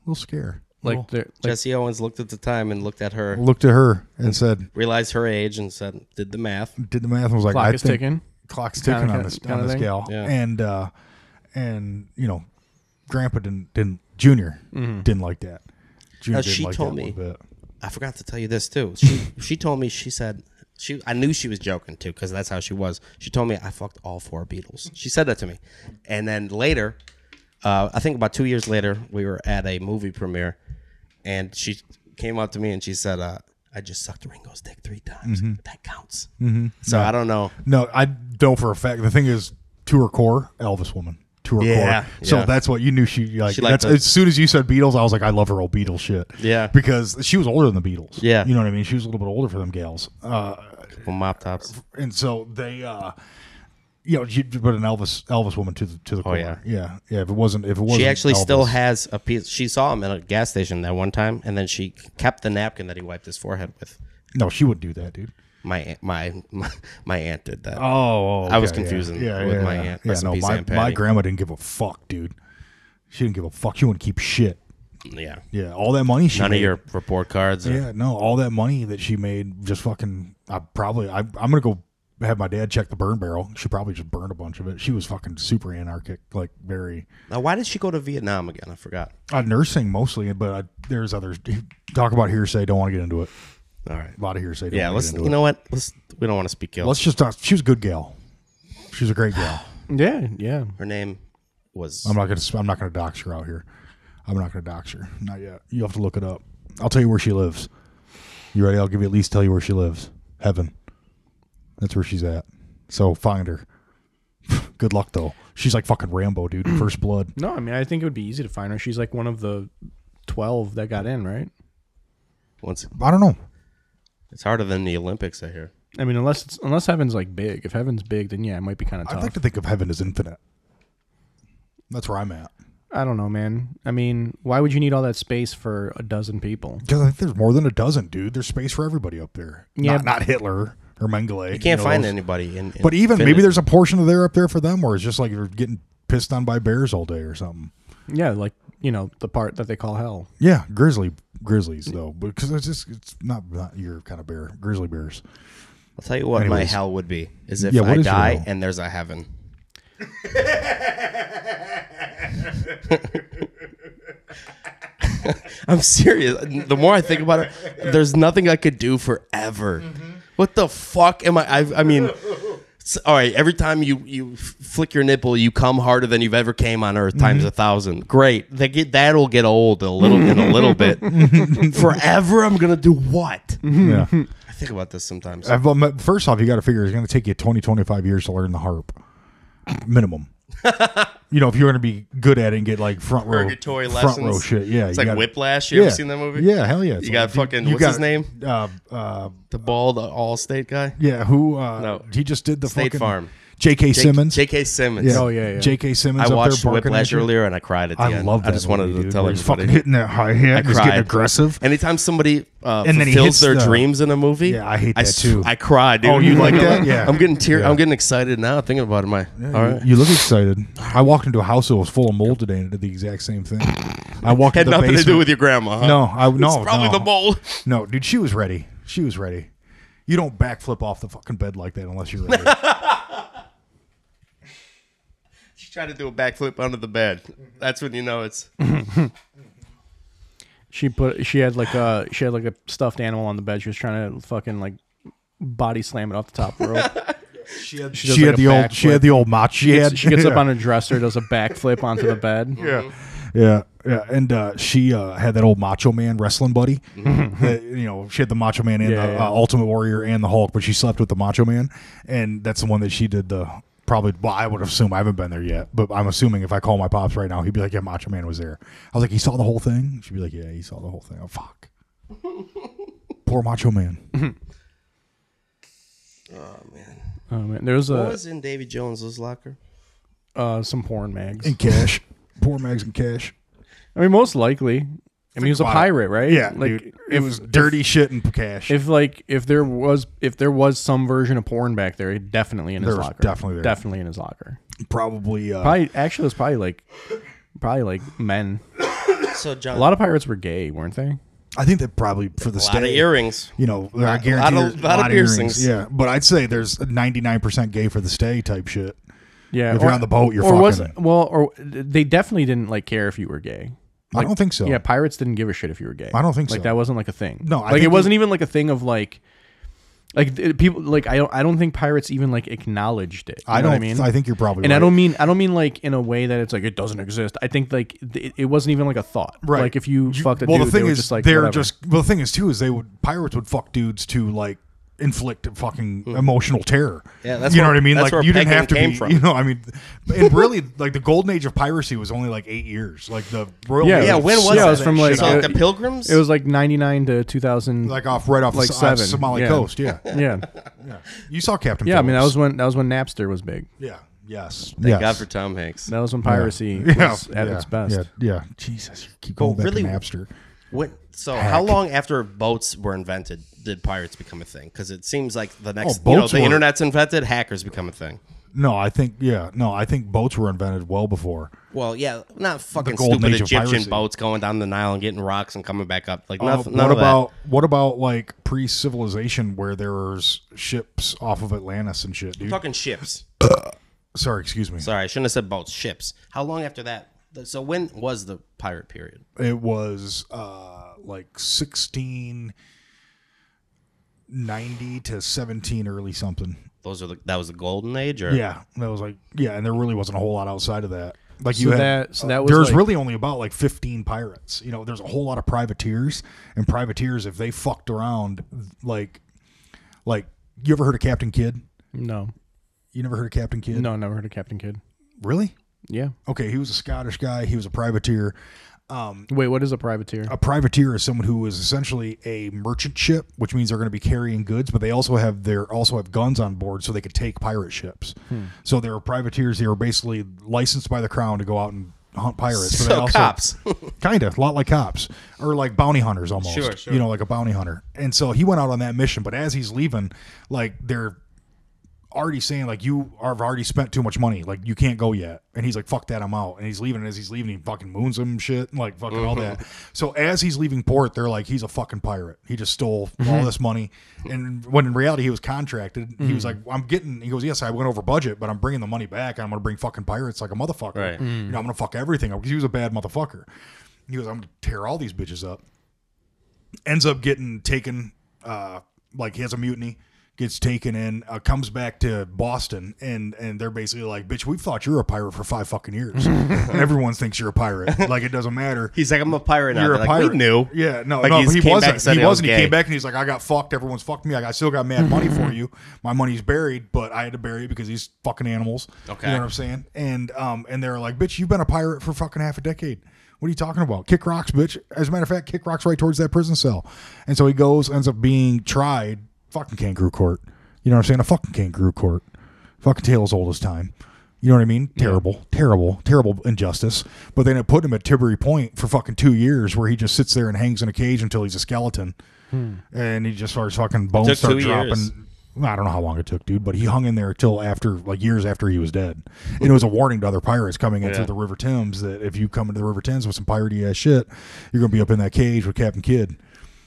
S2: little scare
S3: Like, they're- like
S4: Jesse Owens looked at the time and looked at her,
S2: looked at her and said
S4: realized her age, and said, "Did the math."
S2: did the math and was like
S3: clock
S2: I
S3: is
S2: think
S3: ticking.
S2: clock's
S3: Kinda-
S2: ticking on
S3: kinda-
S2: this
S3: kinda
S2: on this
S3: thing.
S2: gal
S4: Yeah.
S2: and uh and you know grandpa didn't didn't junior
S3: Mm-hmm.
S2: didn't like that junior
S4: Now,
S2: didn't
S4: she
S2: like
S4: told
S2: that one
S4: me-
S2: bit.
S4: I forgot to tell you this too. She (laughs) she told me she said she I knew she was joking too because that's how she was. She told me I fucked all four Beatles. She said that to me, and then later, uh, I think about two years later, we were at a movie premiere, and she came up to me and she said, uh, "I just sucked Ringo's dick three times. That counts." Mm-hmm. So I don't know.
S2: No, I know for a fact. The thing is, to her core, Elvis woman. To her
S4: Yeah,
S2: core. So
S4: yeah.
S2: that's what you knew she like.
S4: She liked
S2: that's,
S4: the-
S2: as soon as you said Beatles, I was like, I love her old Beatles shit.
S4: Yeah.
S2: Because she was older than the Beatles.
S4: Yeah.
S2: You know what I mean? She was a little bit older for them gals. Uh,
S4: Couple mop tops.
S2: and so they, uh, you know, she, but an Elvis Elvis woman to the to the core.
S4: Oh, yeah.
S2: Yeah. Yeah. If it wasn't, if it wasn't,
S4: She actually
S2: Elvis-
S4: still has a piece. She saw him at a gas station that one time, and then she kept the napkin that he wiped his forehead with.
S2: No, she wouldn't do that, dude.
S4: My aunt- my my, (laughs) my aunt did that.
S2: Oh,
S4: I was
S2: okay, yeah.
S4: confusing with my aunt. Rest in peace,
S2: my
S4: Aunt
S2: my
S4: Patty.
S2: grandma didn't give a fuck, dude. She didn't give a fuck. She wouldn't keep shit.
S4: yeah.
S2: Yeah, all that money she
S4: None
S2: made,
S4: of your report cards. Or,
S2: Yeah, no, all that money that she made just fucking. I probably I, I'm gonna go have my dad check the burn barrel. She probably just burned a bunch of it. She was fucking super anarchic, like very
S4: Now, why did she go to Vietnam again? I forgot.
S2: uh, nursing mostly, but I, there's others. Talk about hearsay. Don't want to get into it.
S4: All right.
S2: A lot of hearsay. Don't
S4: Yeah.
S2: wanna
S4: Let's.
S2: Get into
S4: You
S2: it.
S4: know what? Let's. We don't want to speak ill.
S2: Let's just talk. She was a good gal. She was a great gal.
S3: Yeah, yeah.
S4: Her name was.
S2: I'm not gonna. I'm not gonna dox her out here. I'm not gonna dox her. Not yet. You have to look it up. I'll tell you where she lives. You ready? I'll give you at least tell you where she lives. Heaven. That's where she's at. So find her. (laughs) Good luck though. She's like fucking Rambo,
S4: (clears throat)
S2: dude. First blood.
S3: No, I mean, I think it would be easy to find her. She's like one of the twelve that got in, right?
S4: once,
S2: I don't know.
S4: it's harder than the Olympics. I hear.
S3: I mean, unless it's, unless heaven's like big. If heaven's big, then yeah, it might be kind of
S2: I'd
S3: tough.
S2: like to think of heaven as infinite. That's where I'm at.
S3: I don't know, man. I mean, why would you need all that space for a dozen people?
S2: Because I think there's more than a dozen, dude. There's space for everybody up there.
S3: Yeah,
S2: Not, not Hitler or Mengele.
S4: You can't find
S2: those-
S4: anybody. In, in
S2: But even
S4: Finland.
S2: maybe there's a portion of there up there for them, or it's just like they're getting pissed on by bears all day or something.
S3: Yeah, like you know the part that they call hell.
S2: Yeah, grizzly grizzlies though, because it's just it's not not your kind of bear. Grizzly bears.
S4: I'll tell you what my
S2: Anyways.
S4: hell would be is if
S2: Yeah, what
S4: I
S2: is your
S4: die
S2: hell?
S4: and there's a heaven. (laughs) I'm serious. The more I think about it, there's nothing I could do forever.
S2: Mm-hmm.
S4: What the fuck am I? I, I mean, s- all right. Every time you you f- flick your nipple, you come harder than you've ever came on Earth times
S2: Mm-hmm.
S4: a thousand. Great. They get that'll get old a little in a
S2: (laughs)
S4: little bit. forever, I'm gonna do what?
S2: Yeah.
S4: I think about this sometimes.
S2: I've- um, first off, you got to figure it's going to take you 20, 25 years to learn the harp,
S4: (laughs)
S2: minimum. you know, if you're going to be good at it and get like front row,
S4: Purgatory
S2: front
S4: lessons.
S2: row shit. Yeah,
S4: it's
S2: you
S4: like
S2: gotta-
S4: Whiplash. You
S2: yeah.
S4: ever seen that movie?
S2: Yeah, hell yeah. It's
S4: You got
S2: like-
S4: fucking- what's his name?
S2: Uh, uh,
S4: The bald all state guy.
S2: yeah, who? Uh,
S4: No.
S2: He just did the
S4: State
S2: fucking
S4: Farm.
S2: J.K.
S4: J-
S2: Simmons.
S4: J.K. Simmons.
S2: Yeah.
S3: Oh, yeah, yeah.
S2: J.K. Simmons.
S4: I
S2: up
S4: watched
S2: there barking
S4: Whiplash
S2: at you.
S4: earlier and I cried at the
S2: I
S4: end.
S2: love that.
S4: I just wanted
S2: movie,
S4: to
S2: dude,
S4: tell
S2: where he's
S4: everybody.
S2: fucking hitting that high
S4: I
S2: hat. He's
S4: cried.
S2: getting aggressive.
S4: Anytime somebody uh,
S2: And then he
S4: fulfills
S2: hits
S4: their
S2: the-
S4: dreams in a movie,
S2: Yeah, I hate that
S4: s-
S2: too.
S4: I cry, dude.
S2: Oh, you like that?
S4: I'm-
S2: Yeah.
S4: I'm getting tear.
S2: Yeah.
S4: I'm getting excited now thinking about it. My all right.
S2: You look excited. I walked into a house that was full of mold today and it did the exact same thing. I walked
S4: Had
S2: into the
S4: nothing to do
S2: basement.
S4: with your grandma. Huh?
S2: No, I no.
S4: It's probably
S2: no.
S4: the mold.
S2: No, dude, she was ready. She was ready. You don't backflip off the fucking bed like that unless you're
S3: (laughs)
S2: ready.
S4: She tried to do a backflip under the bed. That's when you know it's.
S3: She put she had like a she had like a stuffed animal on the bed. She was trying to fucking like body slam it off the top rope.
S2: she had,
S3: does like a
S2: the old. She (laughs)
S3: backflip.
S2: had the old mach. She had.
S3: she gets up
S2: yeah.
S3: on a dresser, does a backflip onto the bed.
S2: (laughs) Yeah. Yeah, yeah, and uh, she uh, had that old Macho Man wrestling (laughs) buddy. that, you know, she had the Macho Man and
S3: Yeah,
S2: the
S3: yeah.
S2: Uh, Ultimate Warrior and the Hulk, but she slept with the Macho Man, and that's the one that she did the probably. Well, I would assume I haven't been there yet, but I'm assuming if I call my pops right now, he'd be like, "Yeah, Macho Man was there." I was like, "He saw the whole thing." She'd be like, "Yeah, he saw the whole thing." Oh (laughs) fuck, poor Macho Man.
S3: Oh man, there was
S4: What
S3: a
S4: was in Davy Jones's locker?
S3: uh, some
S2: (laughs)
S3: porn mags.
S2: and cash, poor Mags and cash.
S3: I mean, most likely. I mean, he was a
S2: Wow.
S3: pirate, right?
S2: Yeah,
S3: like
S2: dude, it
S3: if-
S2: was dirty shit and cash.
S3: If like if there was if there was some version of porn back there, it definitely in his
S2: There was
S3: locker.
S2: definitely there.
S3: Definitely in his locker.
S2: probably, uh,
S3: Probably actually it was probably like probably like men.
S4: So John,
S3: A lot of pirates were gay, weren't they?
S2: I think that probably for the
S4: a lot of
S2: state.
S4: earrings.
S2: you know, I guarantee
S4: lot of-
S2: there's a
S4: lot of
S2: earrings.
S4: piercings.
S2: Yeah, but I'd say there's ninety nine percent gay for the stay type shit.
S3: Yeah.
S2: If you're on the boat, you're
S3: or was
S2: fucking.
S3: well, or they definitely didn't like care if you were gay.
S2: I don't think so.
S3: Yeah, pirates didn't give a shit if you were gay.
S2: I don't think
S3: like
S2: so.
S3: that wasn't like a thing.
S2: No, I
S3: like
S2: think
S3: it wasn't
S2: they-
S3: even like a thing of like, like th- people like I don't I don't think pirates even like acknowledged it. You
S2: I
S3: know
S2: don't.
S3: what
S2: I,
S3: I mean,
S2: think you're probably.
S3: and
S2: right.
S3: I don't mean I don't mean like in a way that it's like it doesn't exist. I think like th- it, it wasn't even like a thought.
S2: Right.
S3: Like if you, fucked a
S2: well,
S3: dude,
S2: the thing
S3: they were
S2: is,
S3: just like
S2: they're
S3: whatever.
S2: just. Well, the thing is too is they would pirates would fuck dudes to like inflict fucking emotional terror.
S4: Yeah, that's
S2: you know
S4: where-
S2: what I mean.
S4: that's
S2: Like
S4: where
S2: you didn't
S4: pegging
S2: have to
S4: came
S2: be. (laughs)
S4: from.
S2: You know, I mean, and really, like the golden age of piracy was only like eight years. Like the royal.
S3: Yeah,
S2: Navy
S3: yeah,
S4: Yeah, when was
S2: sucked
S3: Yeah, it was
S2: that
S3: from,
S2: shit
S3: like,
S2: up.
S4: so like
S3: uh,
S4: the Pilgrims?
S3: it was like ninety nine to two thousand.
S2: like (laughs) off right off
S3: like
S2: the so- off
S3: seven.
S2: Somali
S3: Yeah.
S2: coast. Yeah.
S3: yeah,
S2: you saw Captain.
S3: yeah. I mean that
S2: Phillips.
S3: was when that was when Napster was big.
S2: Yeah. Yes.
S4: Thank
S2: yes.
S4: God for Tom Hanks.
S3: That was when piracy
S2: (laughs) Yeah.
S3: was at
S2: yeah.
S3: its best.
S2: Yeah. yeah. Jesus. you Keep going
S4: Well,
S2: back
S4: really-
S2: to Napster.
S4: What, so how long after boats were invented did pirates become a thing? Because it seems like the next, you know,
S2: boats
S4: the
S2: were-
S4: internet's invented, hackers become a thing.
S2: No, I think yeah. No, I think boats were invented well before.
S4: Well, yeah, not fucking
S2: golden
S4: stupid
S2: age of
S4: Egyptian
S2: piracy.
S4: boats going down the Nile and getting rocks and coming back up. Like
S2: Uh,
S4: nothing.
S2: what
S4: none of
S2: about what about like pre-civilization where there was ships off of Atlantis and shit, dude?
S4: that. fucking ships?
S2: Sorry, excuse me.
S4: Sorry, I shouldn't have said boats. Ships. How long after that? So when was the pirate period?
S2: It was uh like sixteen ninety to seventeen, early something.
S4: Those are the, that was the golden age, or
S2: Yeah, that was like yeah, and there really wasn't a whole lot outside of that. Like you
S3: So
S2: had,
S3: that- so that was
S2: there's
S3: like-
S2: really only about like 15 pirates. You know, there's a whole lot of privateers and privateers if they fucked around like like you ever heard of Captain Kidd?
S3: No,
S2: You never heard of Captain Kidd?
S3: no, never heard of Captain Kidd.
S2: Really?
S3: Yeah.
S2: Okay, he was a Scottish guy. He was a privateer.
S3: Wait, what is a
S4: Oh.
S3: privateer?
S2: A privateer is someone who is essentially a merchant ship, which means they're going to be carrying goods, but they also have their also have guns on board, so they could take pirate ships.
S4: Hmm.
S2: So there are privateers. They were basically licensed by the crown to go out and hunt pirates. but they
S4: So
S2: also- (laughs)
S4: cops.
S2: kind of a lot like cops or like bounty hunters almost
S4: Sure, sure.
S2: you know like a bounty hunter and so he went out on that mission but as he's leaving like they're already saying like you are have already spent too much money like you can't go yet and he's like fuck that i'm out and he's leaving and as he's leaving he fucking moons him and shit and like fucking all that so as he's leaving port they're like he's a fucking pirate he just stole all this money and when in reality he was contracted he was like i'm getting he goes yes i went over budget but i'm bringing the money back and i'm gonna bring fucking pirates like a motherfucker
S4: Right.
S2: you know i'm gonna fuck everything up because he was a bad motherfucker he goes i'm gonna tear all these bitches up ends up getting taken uh like he has a mutiny gets taken in uh, comes back to boston and and they're basically like bitch we've thought you're a pirate for five fucking
S4: (laughs)
S2: years everyone thinks you're a pirate like it doesn't matter
S4: He's like, I'm a pirate now.
S2: you're a
S4: They're like,
S2: pirate.
S4: We knew.
S2: Yeah, no,
S4: Like,
S2: no,
S4: he's
S2: he
S4: came back
S2: wasn't.
S4: and said
S2: he
S4: he was
S2: wasn't. He
S4: gay.
S2: came back and he's like, I got fucked. Everyone's fucked me. I got- I still got mad money
S4: (laughs)
S2: for you. My money's buried, but I had to bury it because these fucking animals.
S4: Okay.
S2: You know what I'm saying? And um, and they're like, bitch, you've been a pirate for fucking half a decade. What are you talking about? Kick rocks, bitch. As a matter of fact, kick rocks right towards that prison cell. And so he goes, ends up being tried, fucking kangaroo court. You know what I'm saying? A fucking kangaroo court. Fucking tale as old as time. You know what I mean? Terrible, terrible, terrible injustice. But then it put him at Tibbery Point for fucking two years, where he just sits there and hangs in a cage until he's a skeleton, and he just starts fucking bones
S4: Hmm. took
S2: start
S4: two
S2: dropping.
S4: years.
S2: I don't know how long it took, dude, but he hung in there till after, like years after he was dead. And it was a warning to other pirates coming in through the River Thames that if you come into the River Thames with some piratey ass shit, you're gonna be up in that cage with Captain Kidd.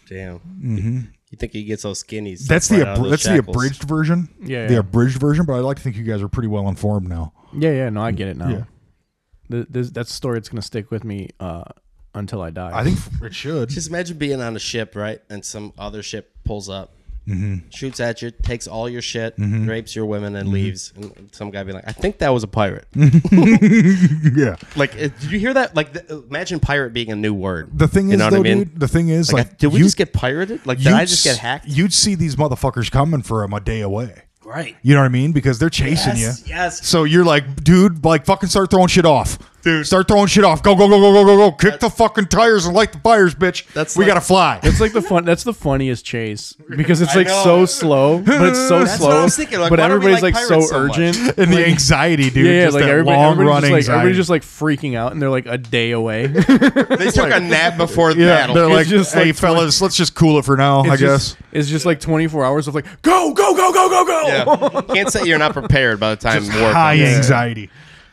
S4: Damn. You think he gets so skinny? he's
S2: Mm-hmm. That's
S4: right
S2: the
S4: out of
S2: abri-
S4: those
S2: that's the
S4: shackles.
S2: abridged version.
S3: Yeah,
S2: the
S3: yeah.
S2: abridged version. But I like to think you guys are pretty well informed now.
S3: Yeah, yeah. No, I get it now.
S2: Yeah.
S3: Th- this, that's a story that's gonna stick with me uh, until I die.
S2: I think it should.
S4: Just imagine being on a ship, right? And some other ship pulls up.
S2: Mm-hmm.
S4: shoots at you, takes all your shit, rapes your women, and leaves. And some guy be like, I think that was a pirate.
S2: (laughs) yeah.
S4: like, uh, did you hear that? Like, th- imagine pirate being a new word.
S2: The thing is,
S4: you know
S2: though,
S4: what I mean?
S2: dude. The thing is,
S4: like,
S2: like,
S4: I- did we
S2: you-
S4: just get pirated? Like, did I
S2: you'd
S4: just get
S2: s-
S4: hacked?
S2: You'd see these motherfuckers coming for him a day away.
S4: right.
S2: You know what I mean? Because they're chasing
S4: Yes,
S2: you.
S4: yes.
S2: So you're like, dude, like fucking start throwing shit off. Dude. Start throwing shit off. Go, go, go, go, go, go, go. Kick the fucking tires and light the fires, bitch.
S4: That's
S2: we
S4: like-
S2: gotta fly.
S3: It's like the fun. (laughs) That's the funniest chase because
S4: (laughs)
S3: it's like
S4: know.
S3: so slow, but it's so
S4: That's
S3: slow.
S4: what I was thinking, like,
S3: but
S4: why do we
S3: everybody's
S4: like
S3: like, so,
S4: pirates so much?
S3: urgent. Yeah,
S2: (laughs) and the anxiety, dude.
S3: yeah.
S2: just
S3: Like
S2: that
S3: everybody,
S2: long
S3: everybody's
S2: run
S3: just, like,
S2: anxiety.
S3: everybody's just like freaking out, and they're like a day
S4: (laughs)
S3: away.
S4: (laughs) They took a nap before the
S2: yeah,
S4: battle.
S2: they're
S3: It's
S2: like,
S3: just
S2: hey,
S3: like
S2: fellas, let's just cool it for now, I
S3: It's just-
S2: guess.
S3: it's just like 24 hours of like go go go go go go.
S4: (laughs) yeah. Can't say you're not prepared by the time war
S2: High
S4: comes.
S2: anxiety.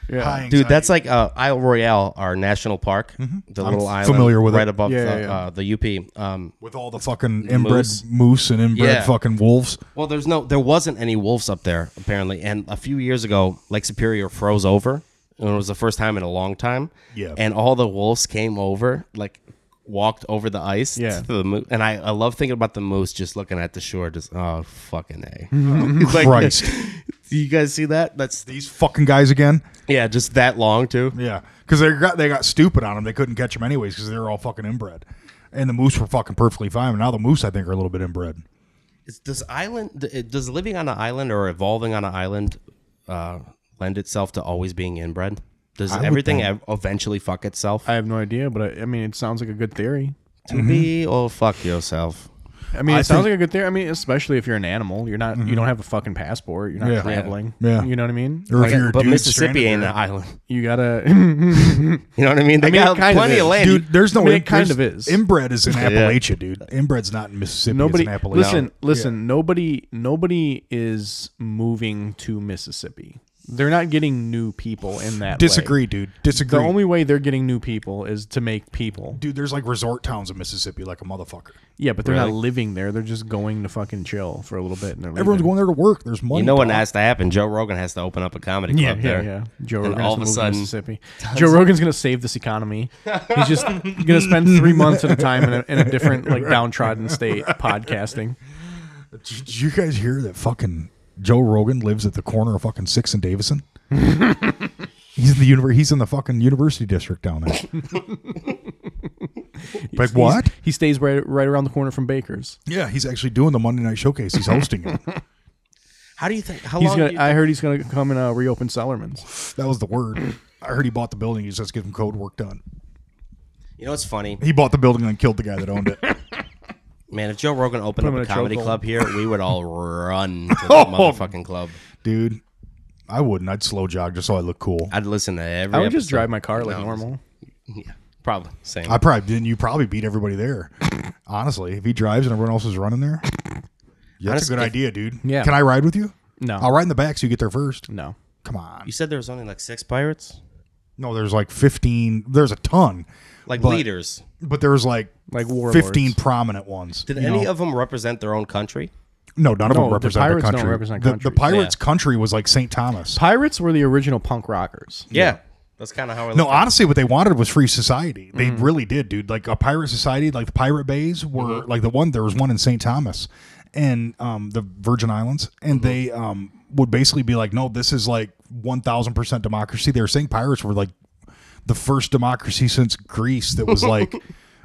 S3: Yeah.
S2: High anxiety.
S4: Dude, that's like uh, Isle Royale, our national park, the little island
S2: Mm-hmm. familiar with
S4: right
S2: it.
S4: above
S3: Yeah,
S4: the,
S3: yeah, yeah.
S4: Uh, the UP. Um,
S2: with all the fucking inbred
S4: Moose.
S2: moose, and inbred
S4: Yeah.
S2: fucking wolves.
S4: well, there's no, there wasn't any wolves up there apparently, and a few years ago, Lake Superior froze over, and it was the first time in a long time.
S2: Yeah.
S4: and all the wolves came over, like walked over the ice.
S3: Yeah.
S4: to the moose, and I, I love thinking about the moose just looking at the shore, just oh fucking a.
S2: (laughs) Christ.
S4: Do (laughs) you guys see that? That's
S2: These fucking guys again.
S4: yeah, just that long too.
S2: Yeah, because they got they got stupid on them. They couldn't catch them anyways because they were all fucking inbred, and the moose were fucking perfectly fine. And now the moose, I think, are a little bit inbred.
S4: Is, does island th- it- does living on an island or evolving on an island uh, lend itself to always being inbred? Does everything ev- eventually fuck itself?
S3: (laughs) I Mm-hmm. have no idea, but I, I mean, it sounds like a good theory.
S4: to be or fuck yourself.
S3: I mean, it sounds like a good theory. I mean, especially if you're an animal, you're not, you don't have a fucking passport, you're not
S2: Mm-hmm. Yeah.
S3: traveling.
S2: Yeah.
S3: you know what I mean.
S2: Or if you're a
S4: But
S2: dude stranded
S4: Mississippi ain't
S2: there-
S4: an island. (laughs)
S2: (laughs)
S3: You gotta.
S4: You know what I mean? They
S3: mean, it
S4: got
S3: kind of
S4: plenty
S3: is.
S4: of land.
S2: Dude, there's no
S3: I mean,
S2: in-
S3: it kind
S2: there's-
S3: of is.
S2: Inbred
S3: (laughs)
S2: is in Appalachia, dude. Inbred's not in Mississippi.
S3: nobody
S2: it's in Appalachia.
S3: listen listen nobody nobody is moving to mississippi they're not getting new people in that way.
S2: Disagree, dude. Disagree.
S3: the only way they're getting new people is to make people
S2: dude, there's like resort towns in Mississippi, like a motherfucker.
S3: yeah but they're not
S4: Really?
S3: living there they're just going to fucking chill for a little bit and they're
S2: Everyone's
S3: leaving.
S2: going there to work. There's money.
S4: you know what
S2: dog.
S4: has to happen? Joe Rogan has to open up a comedy
S3: yeah,
S4: club
S3: yeah,
S4: there.
S3: yeah. Joe
S4: And
S3: Rogan
S4: all
S3: all
S4: of a
S3: to
S4: sudden- (laughs)
S3: Mississippi. Joe Rogan's gonna save this economy. He's just gonna spend
S4: (laughs)
S3: three months at a time in a, in a different, like downtrodden state
S4: (laughs)
S3: podcasting.
S2: Did you guys hear that fucking Joe Rogan lives at the corner of fucking Six and
S3: (laughs)
S2: Davison? he's in the univer- He's in the fucking university district down there. like what?
S3: He stays right right around the corner from Baker's.
S2: Yeah, he's actually doing the Monday Night Showcase.
S3: (laughs)
S2: He's hosting it.
S4: How do you think? How
S3: He's
S4: long? do
S3: gonna.
S4: you
S3: I heard he's gonna come and uh, reopen Sellerman's.
S2: That was the word. I heard he bought the building. He just has to get some code work done.
S4: you know what's funny,
S2: He bought the building and killed the guy that owned it.
S3: (laughs)
S4: man? If Joe Rogan opened
S3: him
S4: up a
S3: in a Oh.
S4: comedy
S3: chokehold.
S4: club here, we
S3: (laughs)
S4: would all run to the motherfucking club.
S2: Dude, I wouldn't. I'd slow jog just so I look cool.
S4: I'd listen to every.
S3: I would just
S4: episode.
S3: drive my car like
S4: No,
S3: normal.
S4: Yeah, probably same.
S2: I probably didn't. You probably beat everybody there. Honestly, if he drives and everyone else is running there, yeah, that's
S4: Honestly,
S2: a good
S4: if-
S2: idea, dude.
S3: Yeah.
S2: Can I ride with you?
S3: No.
S2: I'll ride in the back so you get there first.
S3: No.
S2: Come on.
S4: you said there was only like six pirates,
S2: No, there's like 15. There's a ton.
S4: like
S2: But-
S4: leaders.
S2: But there's like
S3: Like warlords.
S2: 15 prominent ones.
S4: Did
S2: you
S4: any
S2: know?
S4: of them represent their own country?
S2: No, none of
S3: No,
S2: them
S3: the
S2: represent the,
S3: pirates don't
S2: country.
S3: represent
S2: the, the
S3: countries.
S2: pirates' country was like St. Thomas.
S3: Pirates were the original punk rockers.
S4: Yeah, that's kind of how I.
S2: No,
S4: look at it.
S2: honestly, what they wanted was free society. They
S3: Mm-hmm.
S2: really did, dude. Like a pirate society, like the pirate bays were
S3: Mm-hmm.
S2: like the one. There was one in St. Thomas, and um, the Virgin Islands, and
S3: Mm-hmm.
S2: they um would basically be like, no, this is like one thousand percent democracy. They were saying pirates were like the first democracy since Greece that was
S3: (laughs)
S2: like.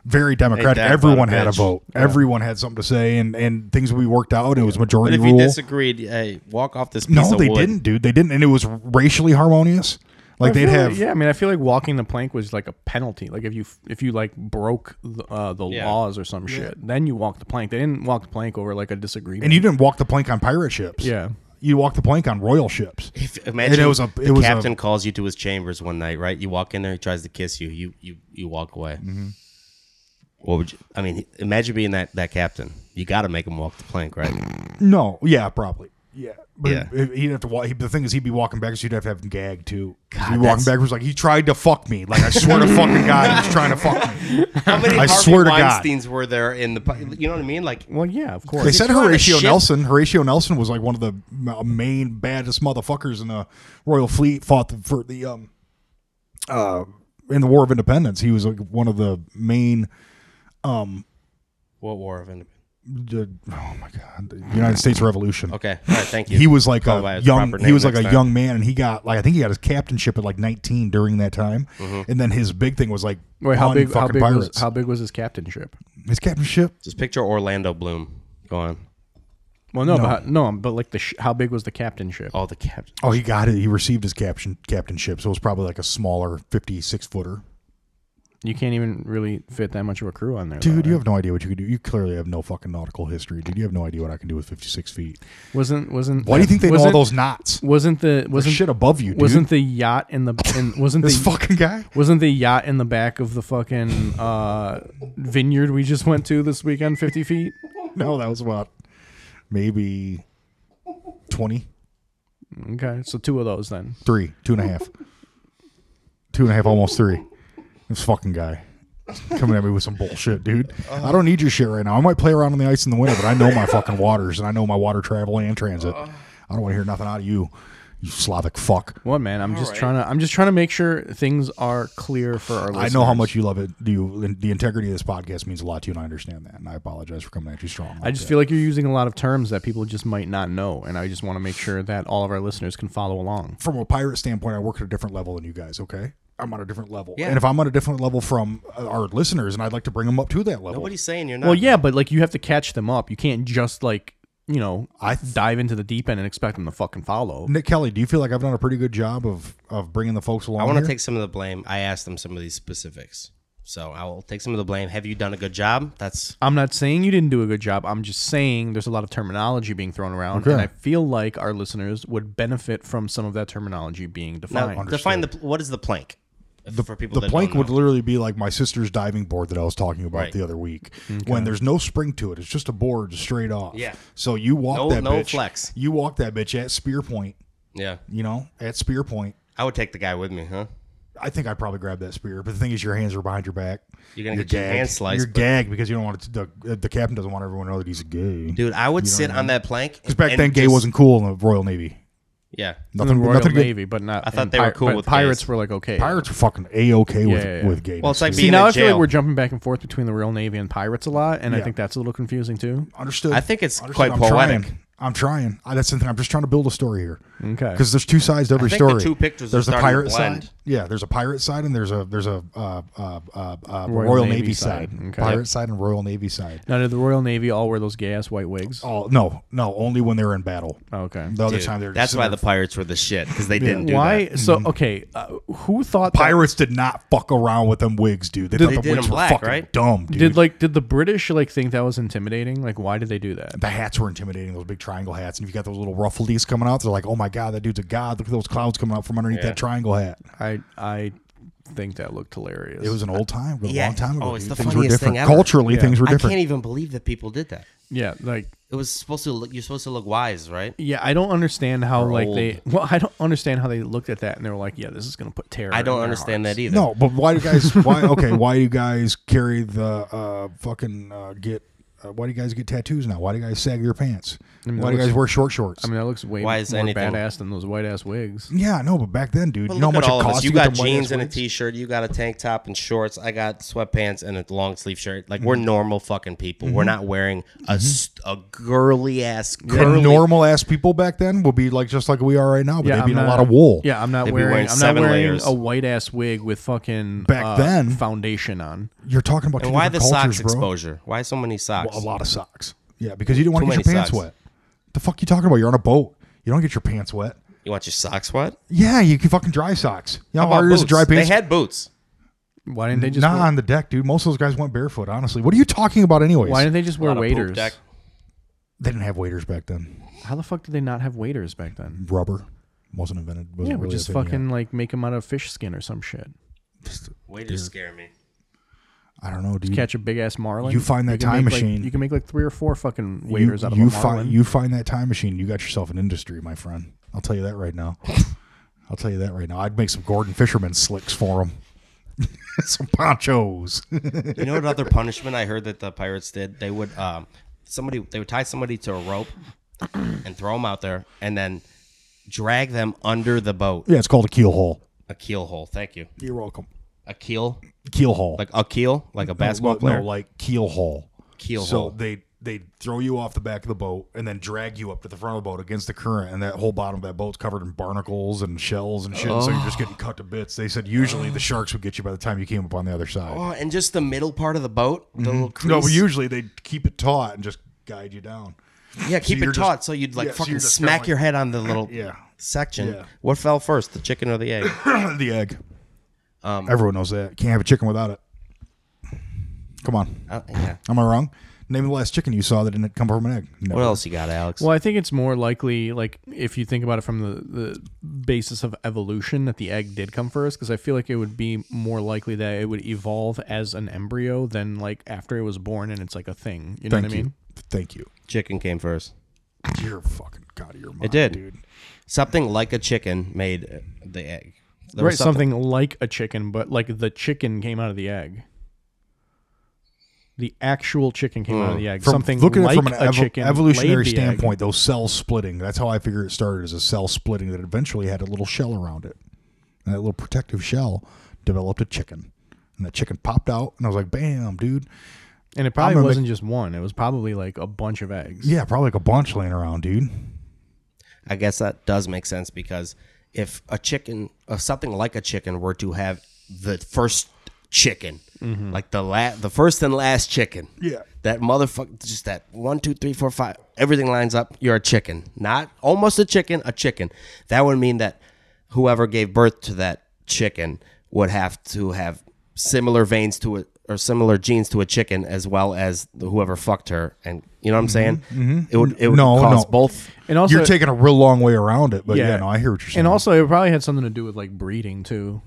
S2: Very democratic.
S4: that about a
S2: Everyone had a
S4: bitch?
S2: vote. Everyone had something to say, and and things we worked out. It was
S4: But
S2: majority
S4: if you
S2: rule.
S4: disagreed, hey, walk off this piece
S2: no,
S4: of
S2: they
S4: wood. Oh,
S2: didn't, dude. They didn't, and it was racially harmonious. Like
S3: I
S2: they'd
S3: feel
S2: have,
S3: like- yeah, I mean, I feel like walking the plank was like a penalty. Like if you if you like broke the, uh, the
S4: Yeah.
S3: laws or some shit, then you walk the plank. They didn't walk the plank over like a disagreement.
S2: and you didn't walk the plank on pirate ships.
S3: yeah,
S2: you walk the plank on royal ships.
S4: If, imagine
S2: it was a-
S4: the
S2: it was a-
S4: captain calls you to his chambers one night, right? You walk in there, he tries to kiss you. You you you walk away.
S2: Mm-hmm.
S4: What would you? I mean, imagine being that that captain. You got to make him walk the plank, (laughs) right?
S2: No, yeah, probably. Yeah, but
S4: Yeah.
S2: he- he'd have to walk. He, the thing is, he'd be walking backwards. You'd have to have him gagged too. he'd be
S4: that's-
S2: walking backwards like he tried to fuck me. Like I swear to fucking God, he's trying to fuck
S4: (laughs)
S2: me.
S4: How many
S2: I
S4: Harvey
S2: swear to God.
S4: Weinstein's were there in the? pi- You know what I mean? Like
S3: well, yeah, of course.
S2: They said
S4: trying to
S2: Horatio
S4: ship-
S2: Nelson. Horatio Nelson was like one of the ma- main baddest motherfuckers in the Royal Fleet. Fought the, for the um, uh, in the War of Independence. He was like one of the main
S4: what war of independence?
S2: the, oh my god, the United States Revolution.
S4: Okay. All right. Thank you.
S2: He was like
S4: Call it by
S2: a
S4: its
S2: young.
S4: proper
S2: He
S4: name
S2: was like a
S4: next time.
S2: young man, and he got like I think he got his captainship at like 19 during that time,
S4: Mm-hmm.
S2: and then his big thing was like
S3: Wait, how
S2: hunt
S3: big? How
S2: fucking
S3: big, was,
S2: pirates.
S3: how big was his captainship?
S2: his captainship?
S4: Just picture Orlando Bloom. Go on.
S3: Well, no, but no, but like the sh- how big was the captainship?
S4: All the captain.
S2: Oh, he got it. He received his captain captainship, so it was probably like a smaller 56 footer.
S3: You can't even really fit that much of a crew on there, though,
S2: Dude, you
S3: right?
S2: have no idea what you could do. You clearly have no fucking nautical history, dude. You have no idea what I can do with 56 feet.
S3: Wasn't wasn't?
S2: Why do you think they know
S3: wasn't-
S2: all those knots?
S3: Wasn't the wasn't
S2: Shit above you, dude.
S3: wasn't the yacht in the in, wasn't
S2: this
S3: the
S2: fucking guy? (laughs)
S3: wasn't the yacht in the back of the fucking uh, vineyard we just went to this weekend? Fifty feet.
S2: No, that was about maybe 20,
S3: Okay, so two of those then.
S2: three, two and a half. Two and a half, almost three. This fucking guy coming at me with some bullshit, dude. I don't need your shit right now. I might play around on the ice in the winter, but I know my fucking waters and I know my water travel and transit. I don't want to hear nothing out of you, you Slavic fuck.
S3: What man? I'm just trying to. I'm just trying to make sure things are clear for our.
S2: I
S3: Listeners.
S2: know how much you love it. Do you? and The integrity of this podcast means a lot to you, and I understand that. And I apologize for coming at you strong.
S3: I just feel like you're using a lot of terms that people just might not know, and I just want to make sure that all of our listeners can follow along.
S2: from a pirate standpoint, I work at a different level than you guys. Okay, I'm on a different level,
S4: Yeah.
S2: and if I'm on a different level from uh, our listeners, and I'd like to bring them up to that level.
S4: Nobody's saying you're not.
S3: Well, yeah, but like you have to catch them up. You can't just like you know
S2: I th-
S3: dive into the deep end and expect them to fucking follow.
S2: Nick Kelly, do you feel like I've done a pretty good job of of bringing the folks along?
S4: I want
S2: here?
S4: to take some of the blame. I asked them some of these specifics, so I will take some of the blame. Have you done a good job? That's
S3: I'm not saying you didn't do a good job. I'm just saying there's a lot of terminology being thrown around, and I feel like our listeners would benefit from some of that terminology being
S4: now
S3: defined.
S4: define the what is the plank If- for people.
S2: the
S4: that
S2: plank
S4: don't
S2: would
S4: know.
S2: literally be like my sister's diving board that I was talking about
S4: Right.
S2: the other week. When there's no spring to it, it's just a board straight off.
S4: Yeah.
S2: So you walk
S4: No-
S2: that
S4: no
S2: bitch.
S4: flex.
S2: You walk that bitch at spear point.
S4: yeah.
S2: You know, at spear point.
S4: I would take the guy with me, huh?
S2: I think I'd probably grab that spear, but the thing is, your hands are behind your back.
S4: You're gonna get your hand sliced,
S2: You're
S4: but-
S2: gagged because you don't want it to, the the captain doesn't want everyone to know that he's a gay.
S4: Dude, I would sit on that plank.
S2: because back
S4: and
S2: then gay
S4: just-
S2: wasn't cool in the Royal Navy.
S4: Yeah.
S3: In the
S2: Nothing,
S3: Royal
S2: nothing good.
S3: Navy, but not. I
S4: thought they were cool with
S3: pirates.
S4: gays.
S3: Were like okay.
S2: Pirates were fucking a okay with
S3: Yeah, yeah, yeah.
S2: with gay.
S4: Well, it's like
S3: See,
S4: being
S3: now
S4: in
S3: I feel like
S4: jail.
S3: we're jumping back and forth between the Royal Navy and pirates a lot, and I
S2: Yeah.
S3: think that's a little confusing too.
S2: understood.
S4: I think it's
S2: Understood.
S4: quite
S2: I'm
S4: poetic.
S2: Trying. I'm trying. I, that's the thing. I'm just trying to build a story here.
S3: Okay.
S2: Because there's two sides to every
S4: think the
S2: story.
S4: two pictures are
S2: There's the
S4: starting to
S2: pirate
S4: blend.
S2: side. Yeah. There's a pirate side and there's a there's a uh, uh, uh, uh, Royal, Navy, side.
S3: Okay.
S2: Pirate side and Royal Navy side.
S3: Now, did the Royal Navy all wear those gay ass white wigs? Oh,
S2: Oh no, no. Only when they're in battle.
S3: Okay.
S2: The other
S4: Dude,
S2: time they're
S4: that's
S2: just-
S4: why the pirates were the shit because they didn't do
S3: Why?
S4: that.
S3: So okay, uh, who thought that-
S2: pirates did not fuck around with them wigs, dude. They thought
S4: They
S2: the
S4: did
S2: wigs
S4: them
S2: were
S4: black,
S2: fucking
S4: right?
S2: dumb, dude.
S3: Did like did the British like think that was intimidating? Like, why did they do that?
S2: the hats were intimidating, those big triangle hats. And if you got those little ruffledies coming out, they're like, oh my God, that dude's a god. Look at those clouds coming out from underneath that triangle hat.
S3: I I think that looked hilarious.
S2: It was an old time, a
S4: Uh, Yeah.
S2: long time ago.
S4: Oh, it's
S2: dude.
S4: the
S2: things were
S4: funniest
S2: different.
S4: thing ever.
S2: Culturally, things were
S4: I
S2: different.
S4: can't even believe that people did that.
S3: yeah, like
S4: It was supposed to look. You're supposed to look wise, right?
S3: yeah, I don't understand how like
S4: old.
S3: they (laughs) well, I don't understand how they looked at that and they were like, yeah, this is gonna put terror.
S4: I
S3: in
S4: don't
S3: their
S4: understand
S3: hearts.
S4: that either.
S2: No, but why do you guys?
S4: (laughs)
S2: Why okay? Why do you guys carry the uh, fucking uh, get? Uh, why do you guys get tattoos now? Why do you guys sag your pants? why do you guys wear short shorts?
S3: I mean, that looks way
S4: Why is
S3: more
S4: anything-
S3: badass than those white ass wigs.
S2: yeah, no, but back then, dude,
S4: But
S2: you know how
S4: look at
S2: much
S4: all
S2: it
S4: of us.
S2: costs.
S4: You
S2: to get
S4: got
S2: them white
S4: jeans
S2: ass
S4: and a
S2: wigs?
S4: t-shirt. You got a tank top and shorts. I got sweatpants and a long sleeve shirt. Like
S2: Mm-hmm.
S4: we're normal fucking people. We're not wearing a st- a girly ass
S2: And
S4: curly.
S2: Mm-hmm. normal ass people back then will be like just like we are right now, but they'd be in a lot of wool.
S3: Yeah, I'm not
S4: They'd be
S3: wearing,
S4: wearing
S3: I'm not
S4: seven
S3: wearing
S4: layers.
S3: a white ass wig with fucking
S2: Back
S3: uh,
S2: then-
S3: foundation on.
S2: You're talking about
S4: and
S2: two
S4: why the
S2: different cultures, bro.
S4: socks exposure? Why so many socks?
S2: A lot of socks. Yeah, because you didn't want
S4: Too
S2: to get
S4: many
S2: your pants
S4: socks.
S2: wet. The fuck you talking about? You're on a boat. You don't get your pants wet.
S4: you want your socks what?
S2: Yeah, you can fucking dry socks. You know
S4: How
S2: how hard it is to Oh, dry
S4: They
S2: pants?
S4: had boots.
S3: Why didn't they just
S2: Not
S3: wear,
S2: on the deck, dude. Most of those guys went barefoot, honestly. What are you talking about anyways?
S3: why didn't they just wear
S4: Lot of poop
S3: waiters?
S4: deck.
S2: they didn't have waiters back then.
S3: How the fuck did they not have waiters back then?
S2: Rubber wasn't invented. Wasn't
S3: Yeah, we
S2: really a
S3: just
S2: thing yet.
S3: fucking like make them out of fish skin or some shit.
S4: Waiters scare me.
S2: I don't know, dude.
S3: catch a big ass marlin.
S2: You find that
S3: can
S2: time
S3: make, like-
S2: machine.
S3: you can make like three or four fucking
S2: you,
S3: waiters out of
S2: you
S3: a marlin.
S2: find you find that time machine, you got yourself an industry, my friend. I'll tell you that right now. I'll tell you that right now. I'd make some Gordon Fisherman slicks for him. (laughs) some ponchos.
S4: You know what other punishment I heard that the pirates did? They would um, somebody they would tie somebody to a rope and throw them out there, and then drag them under the boat.
S2: yeah, it's called a keel hole.
S4: A keel hole. Thank you.
S2: You're welcome.
S4: A keel,
S2: Keel hole.
S4: like a keel, like a basketball
S2: no,
S4: player.
S2: like keel hole.
S4: Keel
S2: so
S4: hole.
S2: they they throw you off the back of the boat and then drag you up to the front of the boat against the current, and that whole bottom of that boat's covered in barnacles and shells and shit. So you're just getting cut to bits. They said usually the sharks would get you by the time you came up on the other side.
S4: Oh, and just the middle part of the boat, the little crease.
S2: Mm-hmm. no, but usually they keep it taut and just guide you down. (clears throat)
S4: yeah, keep
S2: you're
S4: it
S2: just-
S4: taut so you'd like
S2: yeah, so
S4: fucking
S2: you're just kinda
S4: smack
S2: like-
S4: your head on the little
S2: (laughs) Yeah.
S4: section.
S2: Yeah.
S4: What fell first, the chicken or the egg?
S2: (laughs) the egg.
S3: Um,
S2: Everyone knows that. Can't have a chicken without it. Come on.
S4: Uh, yeah.
S2: Am I wrong? Name the last chicken you saw that didn't come from an egg. No.
S4: What else you got, Alex?
S3: Well, I think it's more likely, like if you think about it from the, the basis of evolution, that the egg did come first. Because I feel like it would be more likely that it would evolve as an embryo than like after it was born and it's like a thing. You know
S2: Thank
S3: what I
S2: you.
S3: mean?
S2: Thank you.
S4: Chicken came first.
S2: You're fucking out of your mind.
S4: did.
S2: dude.
S4: Something like a chicken made uh, the egg. There
S3: right,
S4: was
S3: something. like a chicken, but like the chicken came out of the egg. The actual chicken came out of the egg.
S2: Hmm. From
S3: something
S2: looking
S3: like
S2: at it from an
S3: a
S2: evo-
S3: chicken
S2: evolutionary
S3: laid the egg.
S2: standpoint, those cells splitting. That's how I figure it started as a cell splitting that eventually had a little shell around it. And that little protective shell developed a chicken. And that chicken popped out, and I was like, bam, dude.
S3: and it probably
S2: gonna make-
S3: wasn't just one. It was probably like a bunch of eggs.
S2: Yeah, probably like a bunch laying around, dude.
S4: I guess that does make sense because if a chicken, if something like a chicken were to have the first chicken, like the la- the first and last chicken,
S2: Mm-hmm. Yeah.
S4: that motherfucker, just that one, two, three, four, five, everything lines up. You're a chicken, not almost a chicken, a chicken. That would mean that whoever gave birth to that chicken would have to have similar veins to it or similar genes to a chicken as well as the, whoever fucked her and you know what i'm saying it would it
S2: Mm-hmm.
S4: would
S2: No,
S4: cause
S2: no.
S4: both
S3: And also,
S2: you're taking a real long way around it, but yeah, no, I hear what you're saying.
S3: And also, it probably had something to do with like breeding too,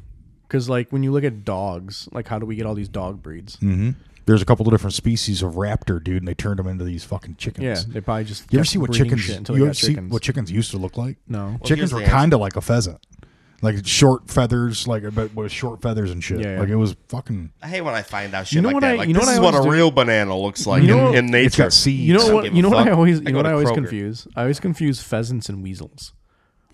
S3: because like when you look at dogs, like how do we get all these dog breeds?
S2: Hmm. Mm-hmm. There's a couple of different species of raptor, dude, and they turned them into these fucking chickens.
S3: Yeah, they probably just
S2: You ever
S3: kept
S2: see what
S3: breeding
S2: chickens?
S3: shit until they
S2: You ever
S3: got
S2: see
S3: chickens.
S2: what chickens used to look like?
S3: No. Well,
S2: chickens
S4: here's
S2: were
S4: the answer.
S2: kind of like a pheasant, like short feathers, like but with short feathers and shit.
S3: Yeah, yeah.
S2: Like it was fucking.
S4: I hate when I find out shit
S3: You know
S4: like
S3: what
S4: that.
S3: I-
S4: like,
S3: you know
S4: this
S3: what
S4: is
S3: I
S4: what
S3: always
S4: a
S3: do-
S4: real banana looks like
S3: You know
S4: in,
S3: what-
S4: in nature.
S2: It's got seeds.
S3: you know
S4: don't
S3: what?
S4: give
S3: You
S4: a
S3: know what I
S4: fuck.
S3: always
S4: I
S3: you
S4: go
S3: know what
S4: to
S3: I always
S4: Kroger.
S3: confuse. I always confuse pheasants and weasels.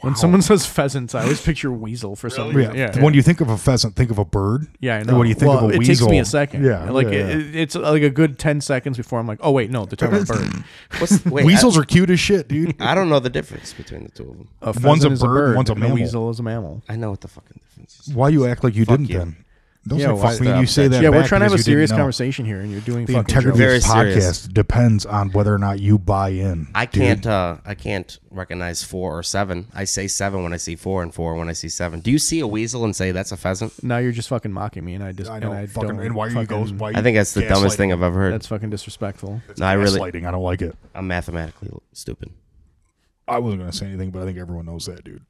S3: When someone (laughs) says pheasants, I always picture weasel for some
S2: Yeah.
S3: reason. Yeah, yeah.
S2: When you think of a pheasant, think of a bird.
S3: Yeah, I
S2: And
S3: know.
S2: When you think
S3: Well,
S2: of a
S3: it takes
S2: weasel,
S3: me a second.
S2: Yeah,
S3: like
S2: yeah, yeah.
S3: It, it's like a good ten seconds before I'm like, oh wait, no, they're talking about a
S2: (clears throat)
S3: bird.
S4: What's, wait,
S2: weasels are cute as shit,
S3: (laughs)
S2: dude.
S4: I, I don't know the difference between the two of them.
S3: A pheasant
S2: One's a
S3: is
S2: bird, one's a
S3: and
S2: mammal.
S3: weasel is a mammal.
S4: I know what the fucking difference is.
S2: Why you act like you didn't
S4: you.
S2: then? Don't
S3: Yeah,
S2: say
S3: well,
S2: fuck me. You say that.
S3: Yeah, we're
S2: back
S3: trying to have a
S2: because you didn't
S3: serious
S2: know.
S3: conversation here, and you're doing
S2: The
S3: fucking
S2: integrity
S3: jokes.
S2: of
S4: Very
S2: this
S4: serious.
S2: podcast depends on whether or not you buy in.
S4: I
S2: dude.
S4: can't. Uh, I can't recognize four or seven. I say seven when I see four, and four when I see seven. Do you see a weasel and say that's a pheasant?
S3: Now you're just fucking mocking me, and I just
S2: I know.
S3: and I
S2: fucking.
S3: don't.
S2: And why are you
S3: fucking-
S2: goes? Why
S4: I think that's the dumbest thing I've ever heard.
S3: That's fucking disrespectful.
S4: no, I really.
S2: Gaslighting. I don't like it.
S4: I'm mathematically stupid.
S2: I wasn't going to say anything, but I think everyone knows that, dude.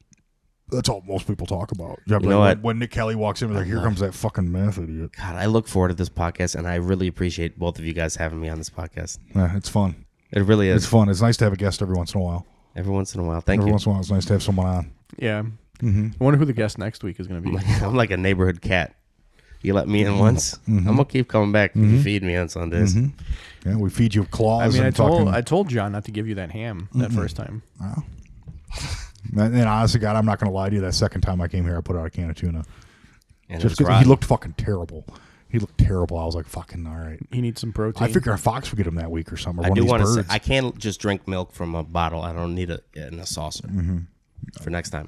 S2: That's all most people talk about. Yeah, but like,
S4: know what? Uh-huh.
S2: When Nick Kelly walks in, they're like, here comes that fucking math idiot.
S4: God, I look forward to this podcast, and I really appreciate both of you guys having me on this podcast.
S2: Yeah, it's fun.
S4: It really
S2: It's
S4: is.
S2: fun. It's nice to have a guest every once in a while.
S4: Every once in a while, thank
S2: Every
S4: you.
S2: once in a while, it's nice to have someone on.
S3: Yeah.
S2: Mm-hmm.
S3: I wonder who the guest next week is going to
S2: (laughs)
S3: be.
S4: (laughs) I'm like a neighborhood cat. You let
S2: Mm-hmm.
S4: me in once, I'm gonna keep coming back. if You feed me on Sundays.
S2: Yeah, we feed you claws.
S3: I mean,
S2: and
S3: I told
S2: fucking,
S3: I told John not to give you that ham that first time.
S2: and, and honestly, God, I'm not going to lie to you. That second time I came here, I put out a can of tuna.
S4: And it
S2: Just
S4: was
S2: because he
S4: rotten.
S2: looked fucking terrible. He looked terrible. I was like, fucking all right.
S3: He needs some protein.
S2: I figure a fox would get him that week or something. Or
S4: I
S2: one
S4: do
S2: of these
S4: want to say
S2: birds.
S4: I can't just drink milk from a bottle. I don't need it in a saucer
S2: Mm-hmm.
S4: for next time.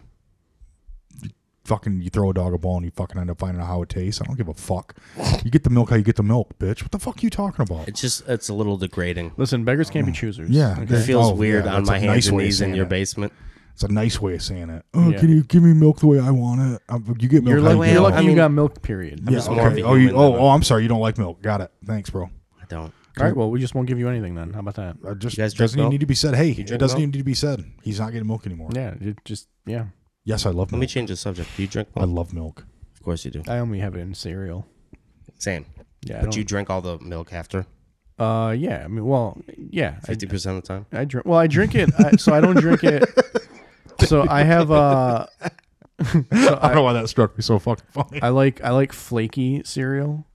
S2: fucking you throw a dog a bone and you fucking end up finding out how it tastes. I don't give a fuck. You get the milk how you get the milk, bitch. What the fuck you talking about?
S4: It's just it's a little degrading.
S3: Listen, beggars can't be
S4: Oh.
S3: choosers.
S2: Yeah,
S4: It
S2: that-
S4: feels
S2: oh,
S4: weird
S2: yeah,
S4: on
S2: that's
S4: my
S2: a
S4: hands
S2: nice
S4: and
S2: way of
S4: knees in
S2: saying
S4: your
S2: it.
S4: basement.
S2: It's a nice way of saying it. Oh,
S3: Yeah.
S2: can you give me milk the way I want it? Um, you get milk.
S3: You're
S2: how you
S3: lucky,
S2: get
S3: you're
S2: milk.
S3: lucky
S4: I
S3: you
S4: mean-
S3: got milk, period.
S2: Yeah,
S4: just more of
S2: okay.
S4: a
S2: Oh, you,
S4: human
S2: oh,
S4: than a-
S2: oh, I'm sorry. You don't like milk. Got it. Thanks, bro.
S4: I don't.
S3: All right, well, we just won't give you anything then. How about that?
S2: That just
S4: You guys drink
S2: doesn't even
S4: milk?
S2: need to be said. Hey, it
S4: drink
S2: doesn't
S4: milk?
S2: even need to be said. He's not getting milk anymore.
S3: Yeah, you just yeah.
S2: Yes, I love
S4: Let me
S2: milk.
S4: change the subject. Do you drink
S2: I
S4: milk?
S2: love
S4: (laughs)
S2: milk.
S4: Of course you do.
S3: I only have it in cereal.
S4: Same.
S3: Yeah, I
S4: but you
S3: don't-
S4: drink all the milk after
S3: Uh, yeah. I mean, well, yeah. I,
S4: fifty percent of the time.
S3: I drink. Well, I drink it, I, so I don't drink
S4: (laughs)
S3: it. So I have uh,
S2: I don't know why that struck me so fucking funny.
S3: (laughs) I like I like flaky cereal.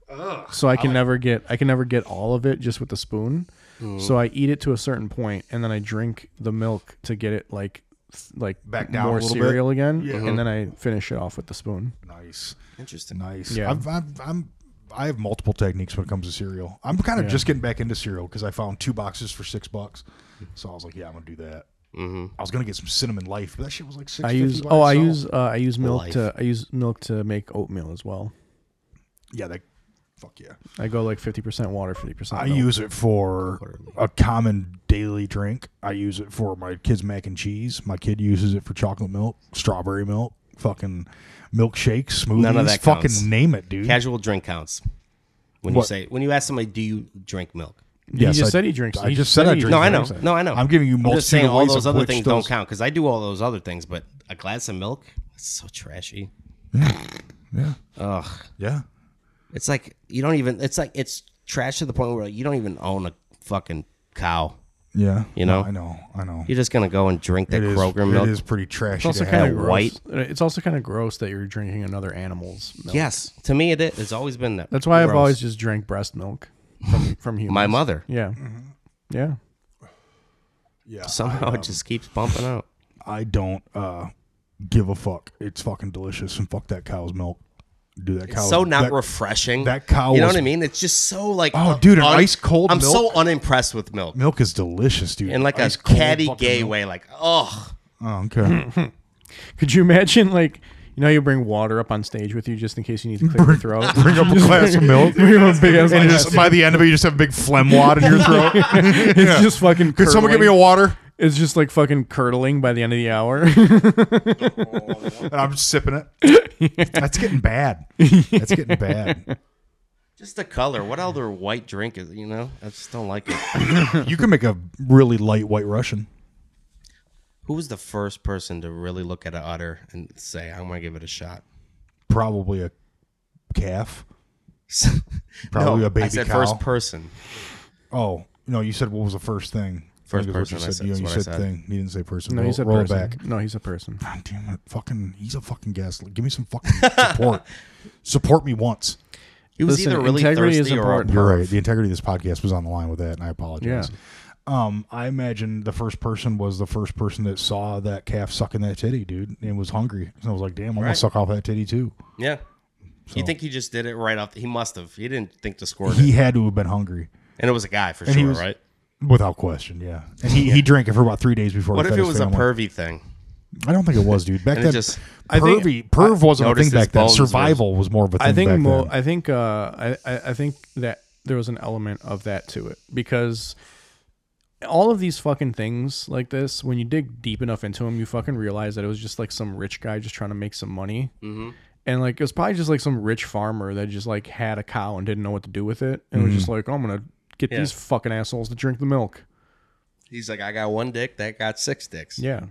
S3: so I can never get I can never get all of it just with the spoon. So I eat it to a certain point and then I drink the milk to get it like th- like
S2: Back down a
S3: more
S2: little bit? Uh-huh.
S3: cereal again and then I finish it off with the spoon.
S2: nice,
S4: Interesting.
S2: nice.
S3: Yeah.
S2: I've, I've, I'm I have multiple techniques when it comes to cereal. I'm kind of just getting back into cereal because I found two boxes for six bucks, so I was like, yeah, I'm gonna do that. Mm-hmm. I was gonna get some cinnamon life, but that shit was like six.
S3: I use oh I use uh, I use milk to I use milk to make oatmeal as well.
S2: yeah, that fuck yeah.
S3: I go like fifty percent water, fifty percent.
S2: I use it for a common daily drink. I use it for my kids' mac and cheese. My kid uses it for chocolate milk, strawberry milk, fucking milkshakes, smoothies.
S4: None of that
S2: fucking
S4: counts.
S2: name it, dude.
S4: Casual drink counts. When you
S2: What?
S4: say when you ask somebody, do you drink milk?
S3: You
S2: Yes,
S3: just
S2: I-
S3: said he drinks.
S2: I
S3: he
S2: just said I
S3: he
S2: drink
S3: drinks
S4: No, I know.
S3: milk.
S4: No, I know.
S2: I'm giving you
S4: I'm
S2: multiple
S4: just saying all
S2: ways
S4: those
S2: of
S4: other
S2: which
S4: things
S2: those-
S4: don't count because I do all those other things, but a glass of milk, it's so trashy.
S2: Yeah,
S4: Ugh,
S2: (laughs) yeah.
S4: it's like you don't even. It's like it's trash to the point where you don't even own a fucking cow.
S2: Yeah,
S4: You know?
S2: No, I know, I know.
S4: You're just gonna go and drink that
S2: It is,
S4: Kroger
S2: it
S4: milk.
S2: is pretty trashy.
S3: It's also
S2: to
S3: kind
S2: have.
S3: of
S4: it
S3: gross.
S4: white.
S3: It's also kind of gross that you're drinking another animal's milk.
S4: Yes, to me it is. It's always been that.
S3: That's why I've
S4: Gross.
S3: always just drank breast milk
S4: (laughs)
S3: from from humans.
S4: my mother
S3: Yeah.
S2: Mm-hmm.
S3: Yeah.
S2: Yeah,
S4: somehow (laughs) it just keeps bumping out.
S2: I don't uh, give a fuck. It's fucking delicious, and fuck that cow's milk. Do that cow?
S4: so not
S2: that,
S4: refreshing.
S2: that cow
S4: You know
S2: was-
S4: what I mean? It's just so like.
S2: Oh,
S4: uh,
S2: dude, an ice-cold
S4: I'm so
S2: milk?
S4: unimpressed with milk
S2: Milk is delicious, dude.
S4: in like
S2: Ice
S4: a
S2: cold
S4: catty
S2: fucking
S4: gay
S2: milk.
S4: way. Like, oh,
S2: Oh, okay. (laughs)
S3: Could you imagine like you know how you bring water up on stage with you just in case you need to clear your throat?
S2: bring
S3: (laughs)
S2: up a (laughs) glass of milk. (laughs) and you just, by the end of it, you just have a big phlegm wad in (laughs) your throat.
S3: it's just fucking.
S2: Could someone give me a water?
S3: It's just like fucking curdling by the end of the hour. (laughs)
S2: And I'm sipping it. (laughs) That's getting bad. That's getting bad.
S4: just the color. What other white drink is? You know, I just don't like
S2: (coughs)
S4: it.
S2: You can make a really light White Russian.
S4: Who was the first person to really look at an udder and say, "I'm gonna give it a shot"?
S2: Probably a calf. (laughs) Probably
S4: no,
S2: a baby
S4: I said
S2: cow.
S4: first person.
S2: oh no, you said what was the first thing?
S4: First
S2: I think is what
S4: person, I said,
S2: You,
S4: that's
S2: you
S4: what I
S2: said
S4: said.
S2: thing. You didn't say person.
S3: no,
S2: roll,
S3: he said
S2: roll
S3: person.
S2: back.
S3: No, he's a person.
S2: God damn it! Fucking, he's a fucking gas. Give me some fucking
S4: (laughs)
S2: support. support me once.
S4: He was
S3: Listen,
S4: either really
S3: integrity is
S4: thirsty or
S3: important.
S2: You're right. The integrity of this podcast was on the line with that, and I apologize.
S3: Yeah.
S2: Um, I imagine the first person was the first person that saw that calf sucking that titty, dude, and was hungry. And I was like, damn, I'm gonna
S4: Right.
S2: suck off that titty too.
S4: yeah. You think he just did it right off? he must have. He didn't think to squirt
S2: He
S4: it,
S2: had to have been hungry,
S4: and it was a guy for
S2: and he
S4: sure,
S2: was-
S4: right?
S2: without question. Yeah, and
S4: (laughs)
S2: he, he drank it for about three days before.
S4: What
S2: he
S4: if
S2: fed
S4: it
S2: his
S4: was a
S2: family.
S4: pervy thing?
S2: I don't think it was, dude. Back
S4: (laughs) And it
S2: then,
S4: just-
S3: I think-
S2: pervy perv wasn't a
S4: noticed
S2: thing
S4: his
S2: back then.
S4: bones were-
S2: Survival was more of a thing.
S3: I think
S2: back
S3: mo-
S2: then.
S3: I think uh, I, I I think that there was an element of that to it because all of these fucking things like this, when you dig deep enough into them, you fucking realize that it was just like some rich guy just trying to make some money, mm-hmm. and like it was probably just like some rich farmer that just like had a cow and didn't know what to do with it, and was just like, I'm gonna get
S4: Yeah.
S3: these fucking assholes to drink the milk.
S4: He's like, I got one dick, that got six dicks.
S3: Yeah.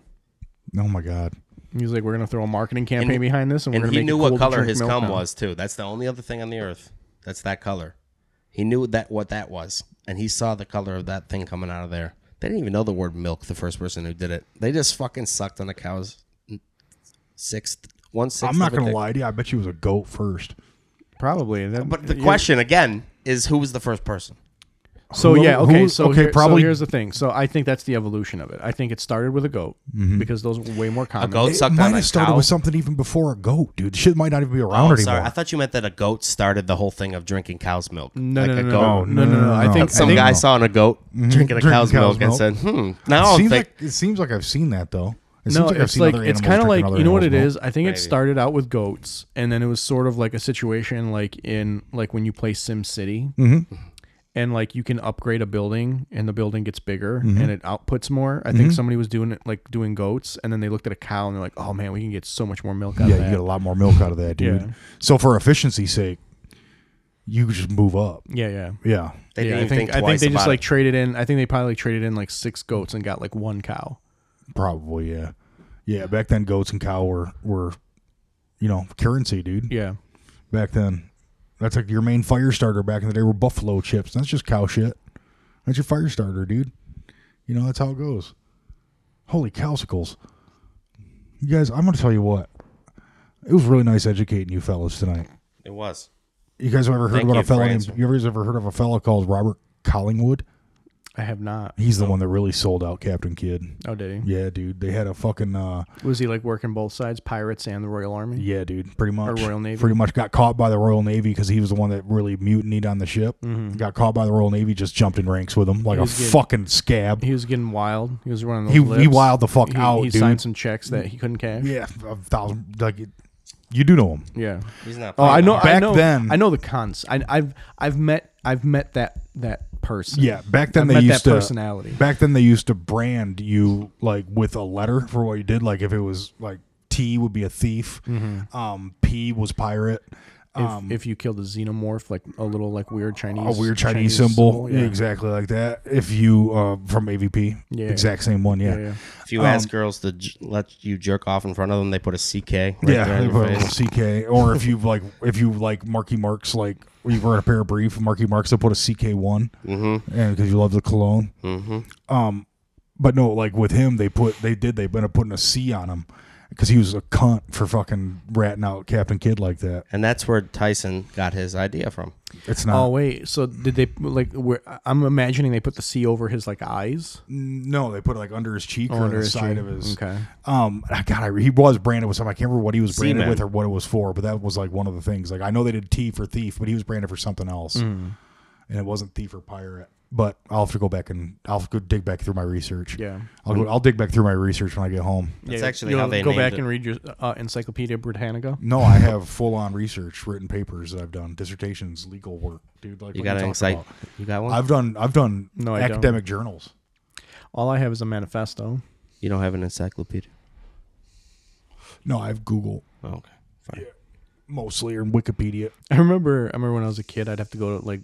S2: oh my god,
S3: And He's like, we're gonna throw a marketing campaign
S4: And-
S3: behind this, and, we're
S4: and
S3: gonna
S4: he
S3: make it
S4: knew
S3: cool
S4: what
S3: to
S4: color
S3: drink
S4: his
S3: milk
S4: cum
S3: now."
S4: was too. That's the only other thing on the earth. That's that color. He knew that what that was, and he saw the color of that thing coming out of there. They didn't even know the word milk. The first person who did it, they just fucking sucked on the cow's sixth, one sixth.
S2: I'm not
S4: of a
S2: gonna
S4: dick.
S2: lie to you. I bet you was a goat first.
S3: Probably. That,
S4: But the
S3: yeah.
S4: question again is, who was the first person?
S3: So
S2: Who-
S3: yeah, okay.
S2: who-
S3: so
S2: okay,
S3: here- so
S2: probably-
S3: here's the thing. So I think that's the evolution of it. I think it started with a goat
S2: Mm-hmm.
S3: because those were way more common.
S4: goat
S2: It
S4: sucked
S2: might
S4: on a
S2: have started
S4: cow.
S2: with something even before a goat, dude. Shit might not even be around
S4: Oh,
S2: anymore.
S4: sorry, I thought you meant that a goat started the whole thing of drinking cow's milk.
S3: No,
S4: like
S3: no,
S4: a
S3: no,
S4: goat.
S3: no, no, no, Mm-hmm. no,
S2: no,
S3: I
S2: no.
S3: think I
S4: Some
S3: think-
S4: guy saw on a goat drinking a
S2: Drinking
S4: cow's,
S2: cow's
S4: milk, and
S2: milk.
S4: said, "Hmm." Now I
S2: Seems
S4: don't think
S2: like, it seems like I've seen that though. It
S3: No,
S2: seems
S3: it's like it's kind of like you know what it is. I think it
S4: Maybe.
S3: started out with goats, and then it was sort of like a situation like in like when you play Sim City,
S2: Mm-hmm.
S3: and like you can upgrade a building, and the building gets bigger
S2: Mm-hmm.
S3: and it outputs more. I think somebody was doing it like doing goats, and then they looked at a cow and they're like, "Oh man, we can get so much more milk out
S2: Yeah,
S3: of
S2: you
S3: that."
S2: get a lot more milk out of that, dude.
S3: Yeah.
S2: So for efficiency's sake, you just move up.
S3: yeah, yeah.
S2: Yeah,
S4: they
S3: yeah,
S4: didn't
S3: I think,
S4: even think,
S3: I think
S4: twice
S3: they just
S4: about
S3: like
S4: it.
S3: traded in. I think they probably like, traded in like six goats and got like one cow.
S2: probably. Yeah, yeah. Back then, goats and cow were were, you know, currency, dude.
S3: Yeah,
S2: Back then, that's like your main fire starter. Back in the day, were buffalo chips. That's just cow shit. That's your fire starter, dude. You know that's how it goes. Holy cowsicles! You guys, I'm gonna tell you what. It was really nice educating you fellas tonight.
S4: it was.
S2: You guys ever heard
S4: Thank
S2: about
S4: you
S2: a fellow
S4: for
S2: named?
S4: answering.
S2: You guys ever heard of a fellow called Robert Collingwood?
S3: I have not.
S2: He's the one that really sold out Captain Kidd.
S3: Oh, did he?
S2: Yeah, dude. They had a fucking uh
S3: Was he like working both sides, pirates and the Royal Army?
S2: yeah, dude. Pretty much.
S3: Royal Navy.
S2: Pretty much got caught by the Royal Navy because he was the one that really mutinied on the ship. Got caught by the Royal Navy, just jumped in ranks with him like a
S3: Mm-hmm. was getting-
S2: fucking scab.
S3: He was getting wild. He was running. Those
S2: He- he
S3: lips.
S2: wild the fuck
S3: he,
S2: out,
S3: He
S2: dude.
S3: signed some checks that he couldn't cash.
S2: yeah, a thousand. Like it- you do know him.
S3: Yeah.
S4: He's not.
S3: Oh, I know. I
S2: Back
S3: know,
S2: then-
S3: I know the cons. I, I've I've met I've met that that person.
S2: Yeah, back then
S3: I've
S2: they
S3: met
S2: used
S3: that
S2: to
S3: personality.
S2: Back then they used to brand you like with a letter for what you did. Like if it was like T would be a thief,
S3: Mm-hmm.
S2: um, P was pirate,
S3: If, if you killed a xenomorph, like a little like weird Chinese,
S2: um, a weird Chinese, symbol,
S3: yeah.
S2: exactly like that. If you uh, from AVP,
S3: Yeah.
S2: exact same one, yeah,
S3: Yeah, yeah.
S4: If you
S2: um,
S4: ask girls to j- let you jerk off in front of them, they put a CK. Right
S2: Yeah,
S4: there
S2: they
S4: in
S2: put
S4: their
S2: a
S4: face.
S2: little CK, or if you
S3: (laughs)
S2: like, if you like Marky Marks, like you wear a pair of brief, Marky Marks, they'll put a CK one, mm-hmm. and because you love the cologne. Mm-hmm. Um, but no, like with him, they put they did they ended up putting a C on him because he was a cunt for fucking ratting out Captain Kidd like that.
S4: And that's where Tyson got his idea from.
S2: It's
S3: Oh
S2: not.
S3: wait, so did they like? Where, I'm imagining they put the C over his like eyes,
S2: No, they put it like under his cheek or
S3: Oh, under
S2: under the
S3: his
S2: side
S3: cheek.
S2: of his.
S3: Okay.
S2: Um, ah, God, I, he was branded with something. I can't remember what he was branded
S4: Seaman.
S2: with or what it was for, but that was like one of the things. Like I know they did T for thief, but he was branded for something else, and it wasn't thief or pirate. But I'll have to go back and I'll go dig back through my research.
S3: Yeah.
S2: I'll go, I'll dig back through my research when I get home.
S4: That's
S3: Yeah,
S4: actually
S3: you'll
S4: how they
S3: go
S4: named
S3: back
S4: it.
S3: and read your uh, Encyclopedia Britannica.
S2: No, I have full on research, written papers that I've done, dissertations, legal work, dude. Like
S4: You
S2: what
S4: got an
S2: talking
S4: excite?
S2: about.
S4: You got one?
S2: I've done I've done
S3: No, I don't.
S2: academic journals.
S3: All I have is a manifesto.
S4: you don't have an encyclopedia.
S2: No, I have Google
S4: Oh, okay. Fine.
S2: mostly or Wikipedia.
S3: I remember, I remember when I was a kid, I'd have to go to like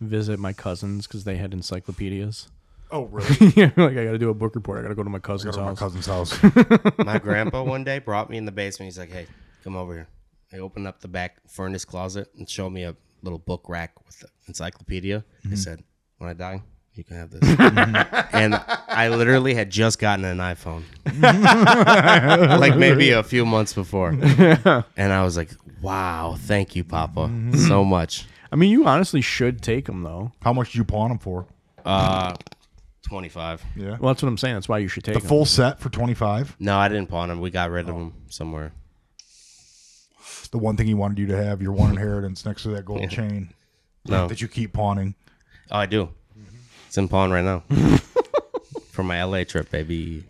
S3: visit my cousins because they had encyclopedias. (laughs)
S2: Oh, (laughs) really?
S3: Yeah, like I got to do a book report. I got to go to my
S2: go
S3: cousin's
S2: to my
S3: house.
S2: cousin's house.
S4: My grandpa one day brought me in the basement. He's like, "Hey, come over here." He opened up the back furnace closet and showed me a little book rack with the encyclopedia. He said, "When I die, you can have this." and I literally had just gotten an iPhone, like maybe a few months before, and I was like, "Wow, thank you, Papa, so much."
S3: I mean, you honestly should take them though.
S2: How much did you pawn them for?
S4: Uh, twenty-five.
S2: Yeah.
S3: Well, that's what I'm saying. That's why you should take
S2: The
S3: 'em.
S2: full set for 25.
S4: No, I didn't pawn him. We got rid of him somewhere.
S2: The one thing he wanted you to have, your one inheritance next to that gold chain
S4: No,
S2: that you keep pawning.
S4: Oh, I do.
S2: Mm-hmm.
S4: It's in pawn right now.
S2: (laughs)
S4: For my LA trip, baby.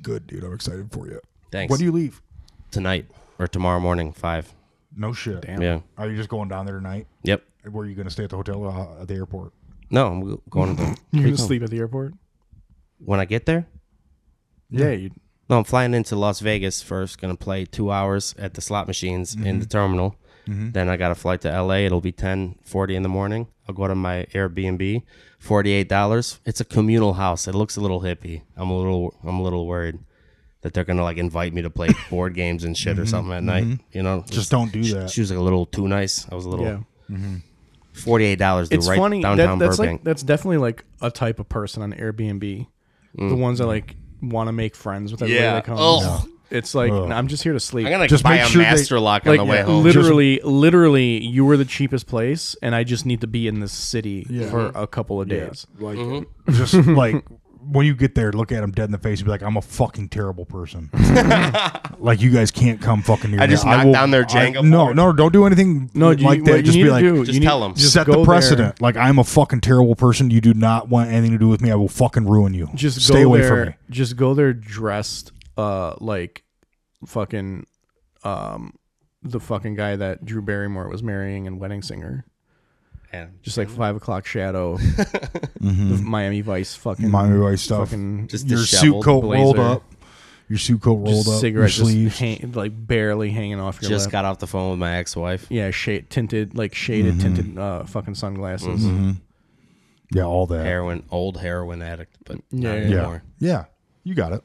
S2: Good, dude. I'm excited for you.
S4: Thanks.
S2: When do you leave?
S4: Tonight or tomorrow morning, five.
S2: No shit. Damn.
S4: Yeah.
S2: Are you just going down there tonight?
S4: Yep.
S2: Where are you going to stay at the hotel or uh, at the airport?
S4: No, I'm go- going to go.
S2: (laughs)
S3: You're gonna sleep at the airport.
S4: When I get there?
S3: Yeah, you,
S4: No, I'm flying into Las Vegas first. Going to play two hours at the slot machines
S2: Mm-hmm.
S4: in the terminal. Then I got a flight to LA. It'll be 10:40 in the morning. I'll go to my Airbnb. $48. It's a communal house. It looks a little hippie. I'm a little I'm a little worried that they're going to like invite me to play board games and shit or something at night, you know.
S2: Mm-hmm. Just don't do
S4: She-
S2: that.
S4: She was like a little too nice. I was a little
S3: yeah.
S4: forty-eight dollars.
S3: It's
S4: right
S3: funny. That,
S4: downtown
S3: that's
S4: Burbank.
S3: like that's definitely like a type of person on Airbnb. The ones that like want to make friends with everybody
S4: Yeah.
S3: that comes.
S4: Ugh.
S3: It's like "Nah, I'm just here to sleep.
S4: I'm gonna
S2: Just
S4: buy
S2: make
S4: a
S2: sure they-
S4: master lock on
S3: like
S4: the way home.
S3: literally, literally, you were the cheapest place, and I just need to be in this city for a couple of days.
S2: Like,
S4: Mm-hmm. (laughs)
S2: just like when you get there, look at him dead in the face and be like, I'm a fucking terrible
S4: (laughs)
S2: person. like, you guys can't come fucking near
S4: I
S2: me.
S4: just knocked down their Jenga
S2: no,
S4: board.
S2: no, don't do anything
S3: No, you-
S2: like
S3: what
S2: that.
S3: you
S2: Just
S3: need
S2: be
S3: to
S2: like,
S3: do-
S4: Just
S3: you need-
S4: tell 'em.
S3: just
S2: set
S3: go
S2: the
S3: there.
S2: precedent. Like I'm a fucking terrible person. You do not want anything to do with me. I will fucking ruin you.
S3: Just
S2: stay
S3: go
S2: away
S3: there,
S2: from me.
S3: Just go there dressed uh like fucking um the fucking guy that Drew Barrymore was marrying and wedding singer.
S4: Yeah.
S3: Just like five o'clock
S4: (laughs)
S3: shadow,
S2: Mm-hmm.
S3: the Miami Vice fucking
S2: Miami Vice stuff.
S3: fucking
S4: Just
S2: your suit
S4: disheveled
S2: coat
S3: blazer.
S2: rolled up. Your suit coat rolled
S3: just
S2: up.
S3: cigarette
S2: your
S3: just
S2: sleeves.
S3: hang, like barely hanging off your
S4: Just
S3: lip.
S4: got off the phone with my ex-wife.
S3: yeah, shade tinted like shaded
S2: Mm-hmm.
S3: tinted uh fucking sunglasses.
S4: Mm-hmm.
S2: yeah, all that.
S4: Heroin, old heroin addict, but
S3: Yeah,
S4: not
S3: yeah.
S2: yeah,
S4: anymore.
S2: yeah. You got it.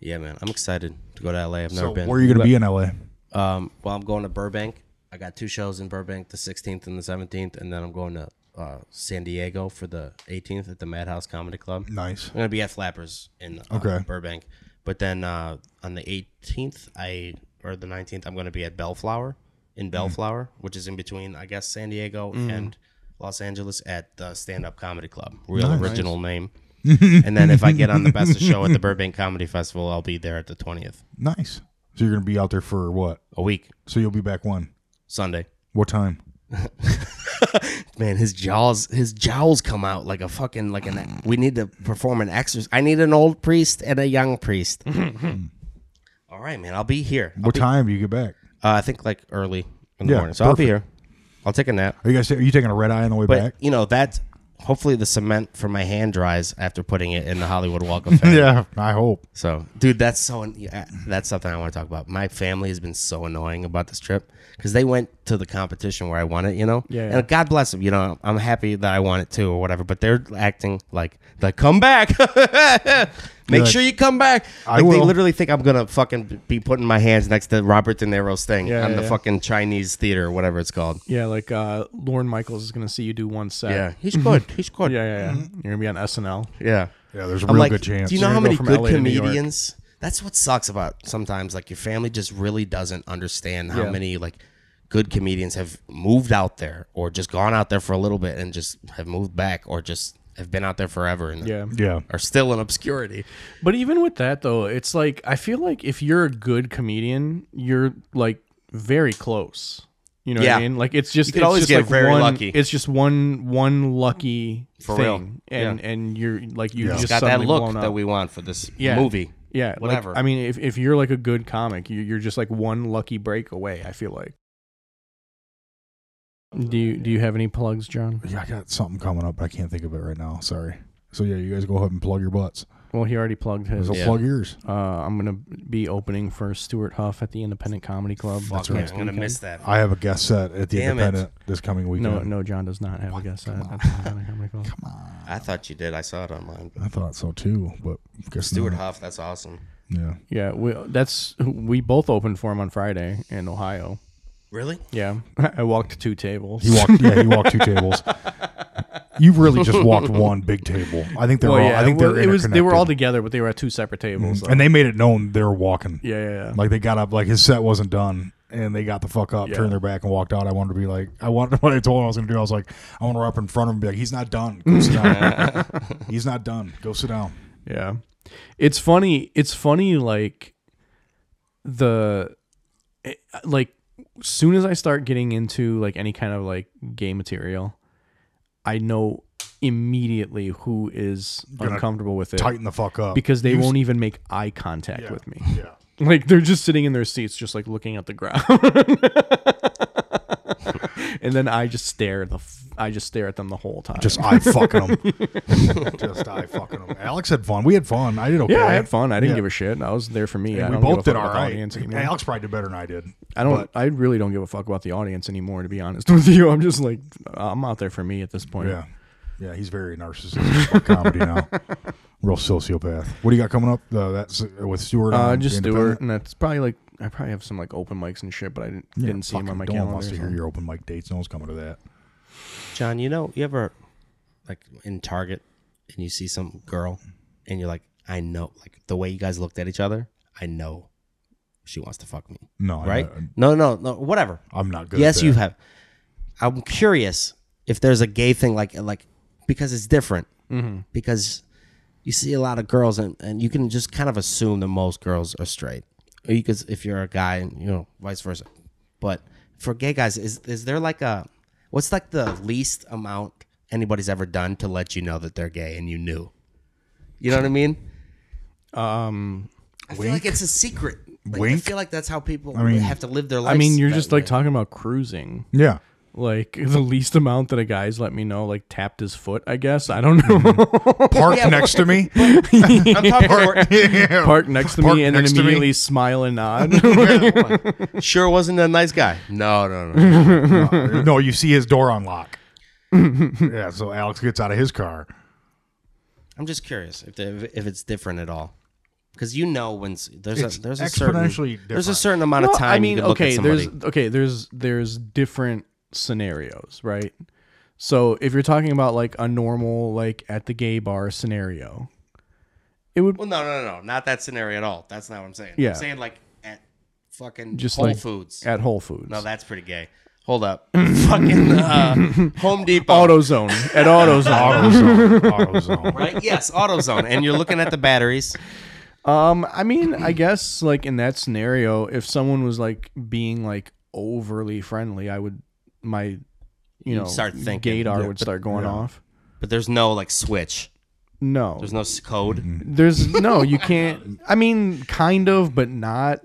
S4: Yeah. man. I'm excited to go to LA. I've never
S2: So
S4: been.
S2: where are you going to be in LA?
S4: um, well, I'm going to Burbank. I got two shows in Burbank, the 16th and the 17th, and then I'm going to uh, San Diego for the 18th at the Madhouse Comedy Club.
S2: Nice.
S4: I'm gonna be at Flappers in uh,
S2: Okay.
S4: Burbank, but then uh, on the 18th, I or the 19th, I'm gonna be at Bellflower in Bellflower, which is in between, I guess, San Diego and Los Angeles at the Stand Up Comedy Club. Real original name. and then if I get on the best of show at the Burbank Comedy Festival, I'll be there at the 20th.
S2: Nice. So you're gonna be out there for what?
S4: A week,
S2: So you'll be back when?
S4: Sunday.
S2: What time?
S4: Man, his jaws, his jowls come out like a fucking like an. We need to perform an exorcism. I need an old priest and a young priest. All right, man, I'll be here. I'll
S2: What
S4: be-
S2: time do you get back?
S4: Uh, I think like early in the
S2: Yeah,
S4: morning, so I'll be here. I'll take a nap.
S2: Are you guys? Are you taking a red eye on the way
S4: But
S2: back?
S4: you know that hopefully the cement for my hand dries after putting it in the Hollywood
S2: (laughs)
S4: Walk of Fame.
S2: Yeah, I hope.
S4: So, dude, that's so yeah, that's something I want to talk about. My family has been so annoying about this trip because they went to the competition where I won it, you know.
S3: Yeah, yeah.
S4: And God bless them, you know. I'm happy that I won it too, or whatever. But they're acting like like come back, (laughs) make
S2: like,
S4: sure you come back.
S2: "I
S4: Like they
S2: will."
S4: literally think I'm gonna fucking be putting my hands next to Robert De Niro's thing
S3: Yeah,
S4: on
S3: yeah,
S4: the
S3: yeah.
S4: fucking Chinese theater or whatever it's called.
S3: Yeah, like uh, Lauren Michaels is gonna see you do one set.
S4: Yeah,
S3: (laughs)
S4: he's good. He's good.
S3: yeah, yeah. yeah. You're gonna be on SNL.
S4: yeah.
S2: Yeah, there's a
S4: I'm
S2: real
S4: like,
S2: good chance.
S4: Do you know
S3: You're
S4: how
S3: gonna
S4: many
S3: go
S4: good
S3: from LA to New York.
S4: comedians? That's what sucks about sometimes. Like your family just really doesn't understand how
S3: Yeah.
S4: many like good comedians have moved out there or just gone out there for a little bit and just have moved back or just have been out there forever and
S3: Yeah.
S2: yeah,
S4: are still in obscurity.
S3: But even with that though, it's like I feel like if you're a good comedian, you're like very close. You know what I
S4: Yeah.
S3: mean? Like it's just
S4: You could
S3: it's
S4: always
S3: just
S4: get
S3: like
S4: very
S3: one,
S4: lucky.
S3: It's just one one lucky
S4: For real.
S3: thing, and and you're like you
S2: Yeah.
S3: just
S4: Got that
S3: suddenly
S4: look
S3: blown
S4: that
S3: up.
S4: we want for this
S3: Yeah.
S4: movie.
S3: yeah like,
S4: whatever.
S3: I mean, if if you're like a good comic, you, you're just like one lucky break away. I feel like. Do you do you have any plugs, John?
S2: yeah. I got something coming up, but I can't think of it right now. Sorry. So yeah, you guys go ahead and plug your butts.
S3: Well, he already plugged his.
S2: So
S4: Yeah.
S2: plug yours.
S3: Uh, I'm gonna be opening for Stuart Huff at the Independent Comedy Club.
S4: Fuck, yeah,
S2: right.
S4: I'm gonna miss that.
S2: I have a guest set at the
S4: Damn it.
S2: Independent this coming weekend.
S3: No, no, John does not have a guess at, at the Independent Comedy
S4: (laughs)
S3: Club.
S4: I thought you did. I saw it online.
S2: I thought so too, but guess
S4: Stuart
S2: not.
S4: Huff, that's awesome.
S2: Yeah,
S3: Yeah, we, that's we both opened for him on Friday in Ohio.
S4: Really? (laughs)
S3: Yeah, I walked two tables.
S2: he walked. yeah, he walked two
S3: (laughs)
S2: tables. You really just walked one big table. I think they're
S3: Well,
S2: all.
S3: yeah,
S2: I think
S3: well,
S2: they're.
S3: it was they were all
S2: interconnected.
S3: together, but they were at two separate tables.
S4: Mm-hmm.
S3: so-
S2: and they made it known they were walking.
S3: yeah, yeah, yeah.
S2: Like they got up, like his set wasn't done, and they got the fuck up,
S3: Yeah.
S2: turned their back, and walked out. I wanted to be like, I wanted (laughs) what I told him I was gonna do. I was like, I want to up in front of him, and be like, he's not done. Go sit
S3: (laughs)
S2: down. he's not done. Go sit down.
S3: Yeah. It's funny. It's funny like the it- like soon as I start getting into like any kind of like gay material, I know immediately who is uncomfortable with it
S2: Tighten the fuck up.
S3: because they
S2: You s-
S3: won't even make eye contact
S2: Yeah.
S3: with me. (laughs)
S2: Yeah.
S3: Like they're just sitting in their seats just like looking at the ground. (laughs) and then I just stare the f- I just stare at them the whole time.
S2: Just eye fucking them. (laughs) just eye fucking them. Alex had fun. We had fun. I did okay.
S3: yeah, I had fun. I didn't
S2: Yeah.
S3: give a shit. I was there for me. I
S2: And we
S3: don't give a
S2: both did
S3: fuck
S2: all
S3: about the
S2: right.
S3: audience anymore.
S2: Alex probably did better than I did.
S3: I don't. I really don't give a fuck about the audience anymore. To be honest (laughs) with you, I'm just like uh, I'm out there for me at this point.
S2: Yeah. Yeah, he's very narcissistic about comedy
S3: (laughs)
S2: now. Real sociopath. What do you got coming up? Uh, that's uh, with Stuart.
S3: Uh,
S2: on
S3: just
S2: The
S3: Stuart,
S2: Independent?
S3: and that's probably like I probably have some like open mics and shit, but I didn't, didn't see him
S2: Fucking
S3: on my
S2: no
S3: calendar.
S2: one wants to
S3: so-
S2: hear your open mic dates. No one's coming to that.
S4: John, you know, you ever like in Target and you see some girl and you're like, I know, like the way you guys looked at each other, I know she wants to fuck me,
S2: No, I-
S4: right? no, no, no, whatever.
S2: I, am not good.
S4: Yes,
S2: at that.
S4: you have. I'm curious if there's a gay thing like like because it's different
S3: Mm-hmm.
S4: because you see a lot of girls and, and you can just kind of assume that most girls are straight or you could if you're a guy and you know vice versa but for gay guys is is there like a what's like the least amount anybody's ever done to let you know that they're gay and you knew you know what i mean
S3: Um,
S4: i feel like it's a secret like, i
S2: Wink?
S4: feel like that's how people
S2: mean-
S4: have to live their
S3: I
S4: life
S3: mean, you're just like talking about cruising.
S2: Yeah.
S4: (laughs)
S3: Like (laughs) the least amount that a guy's let me know, like tapped his foot. I guess I don't know.
S2: Mm-hmm.
S3: (laughs)
S2: Parked next to
S4: (laughs)
S2: me.
S4: i'm talking about
S2: Yeah.
S3: Park next to
S2: Park
S3: me and
S2: next
S3: then
S2: to me.
S3: immediately smile and nod.
S2: (laughs)
S4: sure wasn't a nice guy. No, no,
S3: Mm-hmm.
S4: no.
S2: no, you see his door
S4: (laughs)
S2: unlock. yeah, so Alex gets out of his car.
S4: I'm just curious if the, if it's different at all, because you know when s- there's
S2: It's
S4: a there's a certain
S2: exponentially
S4: there's a
S2: different.
S4: certain amount
S3: Well,
S4: of time
S3: I mean,
S4: you can look
S3: okay,
S4: at somebody.
S3: there's okay, there's there's different scenarios, right? So if you're talking about like a normal like at the gay bar scenario, it would
S4: Well, no, no, no, no, not that scenario at all. That's not what I'm saying.
S3: Yeah.
S4: I'm saying like at fucking
S3: Just
S4: Whole
S3: like
S4: Foods.
S3: at Whole Foods.
S4: no, that's pretty gay. Hold up.
S3: (laughs)
S4: Fucking uh, Home Depot. (laughs)
S3: AutoZone at
S2: AutoZone.
S3: AutoZone.
S2: AutoZone.
S4: right? Yes, AutoZone. And you're looking at the batteries.
S3: um, I mean, I guess like in that scenario, if someone was like being like overly friendly, I would my you know
S4: start thinking.
S3: Gadar would start going off.
S4: But there's no like switch.
S3: No,
S4: There's no s-
S3: Mm-hmm.
S4: code. (laughs)
S3: There's no, you can't. I mean, kind of, but not.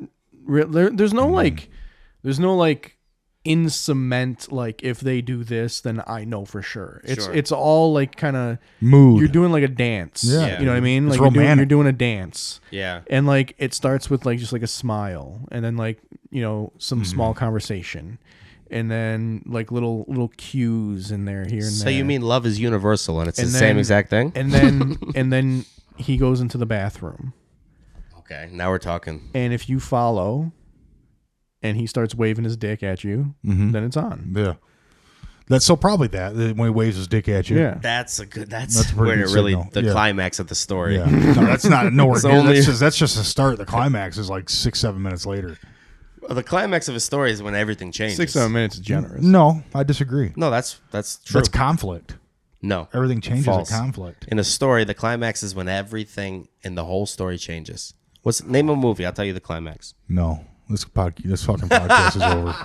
S3: re- There, there's no like, there's no like in cement. Like if they do this, then I know for sure. It's
S4: Sure.
S3: it's all like kind of
S2: Mood.
S3: you're doing like a dance.
S2: Yeah.
S3: you know what I mean.
S2: It's
S3: Like you're doing, you're
S2: romantic.
S3: doing a dance,
S4: Yeah.
S3: and like it starts with like just like a smile, and then like you know some
S2: Mm-hmm.
S3: small conversation, and then like little little cues in there here and
S4: So
S3: there.
S4: you mean love is universal and it's
S3: And
S4: the same
S3: then-
S4: exact thing?
S3: And
S4: (laughs)
S3: then and then he goes into the bathroom.
S4: Okay, now we're talking.
S3: and if you follow and he starts waving his dick at you, then it's on.
S2: Yeah. That's so probably that that when he waves his dick at you.
S3: Yeah.
S4: That's a good. That's,
S2: That's a pretty
S4: where it
S2: good
S4: really
S2: signal.
S4: the
S2: Yeah.
S4: climax of the story.
S2: Yeah. No, that's
S4: (laughs)
S2: not nowhere
S4: It's
S2: near.
S4: only-
S2: That's just that's just the start. The climax is like six seven minutes later.
S4: Well, the climax of a story is when everything changes.
S3: Six seven minutes is generous.
S2: No, I disagree.
S4: No, that's that's true.
S2: That's conflict.
S4: no,
S2: Everything changes
S4: False.
S2: at conflict.
S4: in a story, the climax is when everything in the whole story changes. What's name a movie? I'll tell you the climax.
S2: No, this podcast, this fucking podcast is over.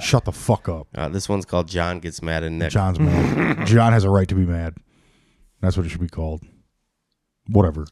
S2: Shut the fuck up,
S4: Uh, this one's called John Gets Mad and Nick.
S2: John's mad. John has a right to be mad. That's what it should be called. Whatever.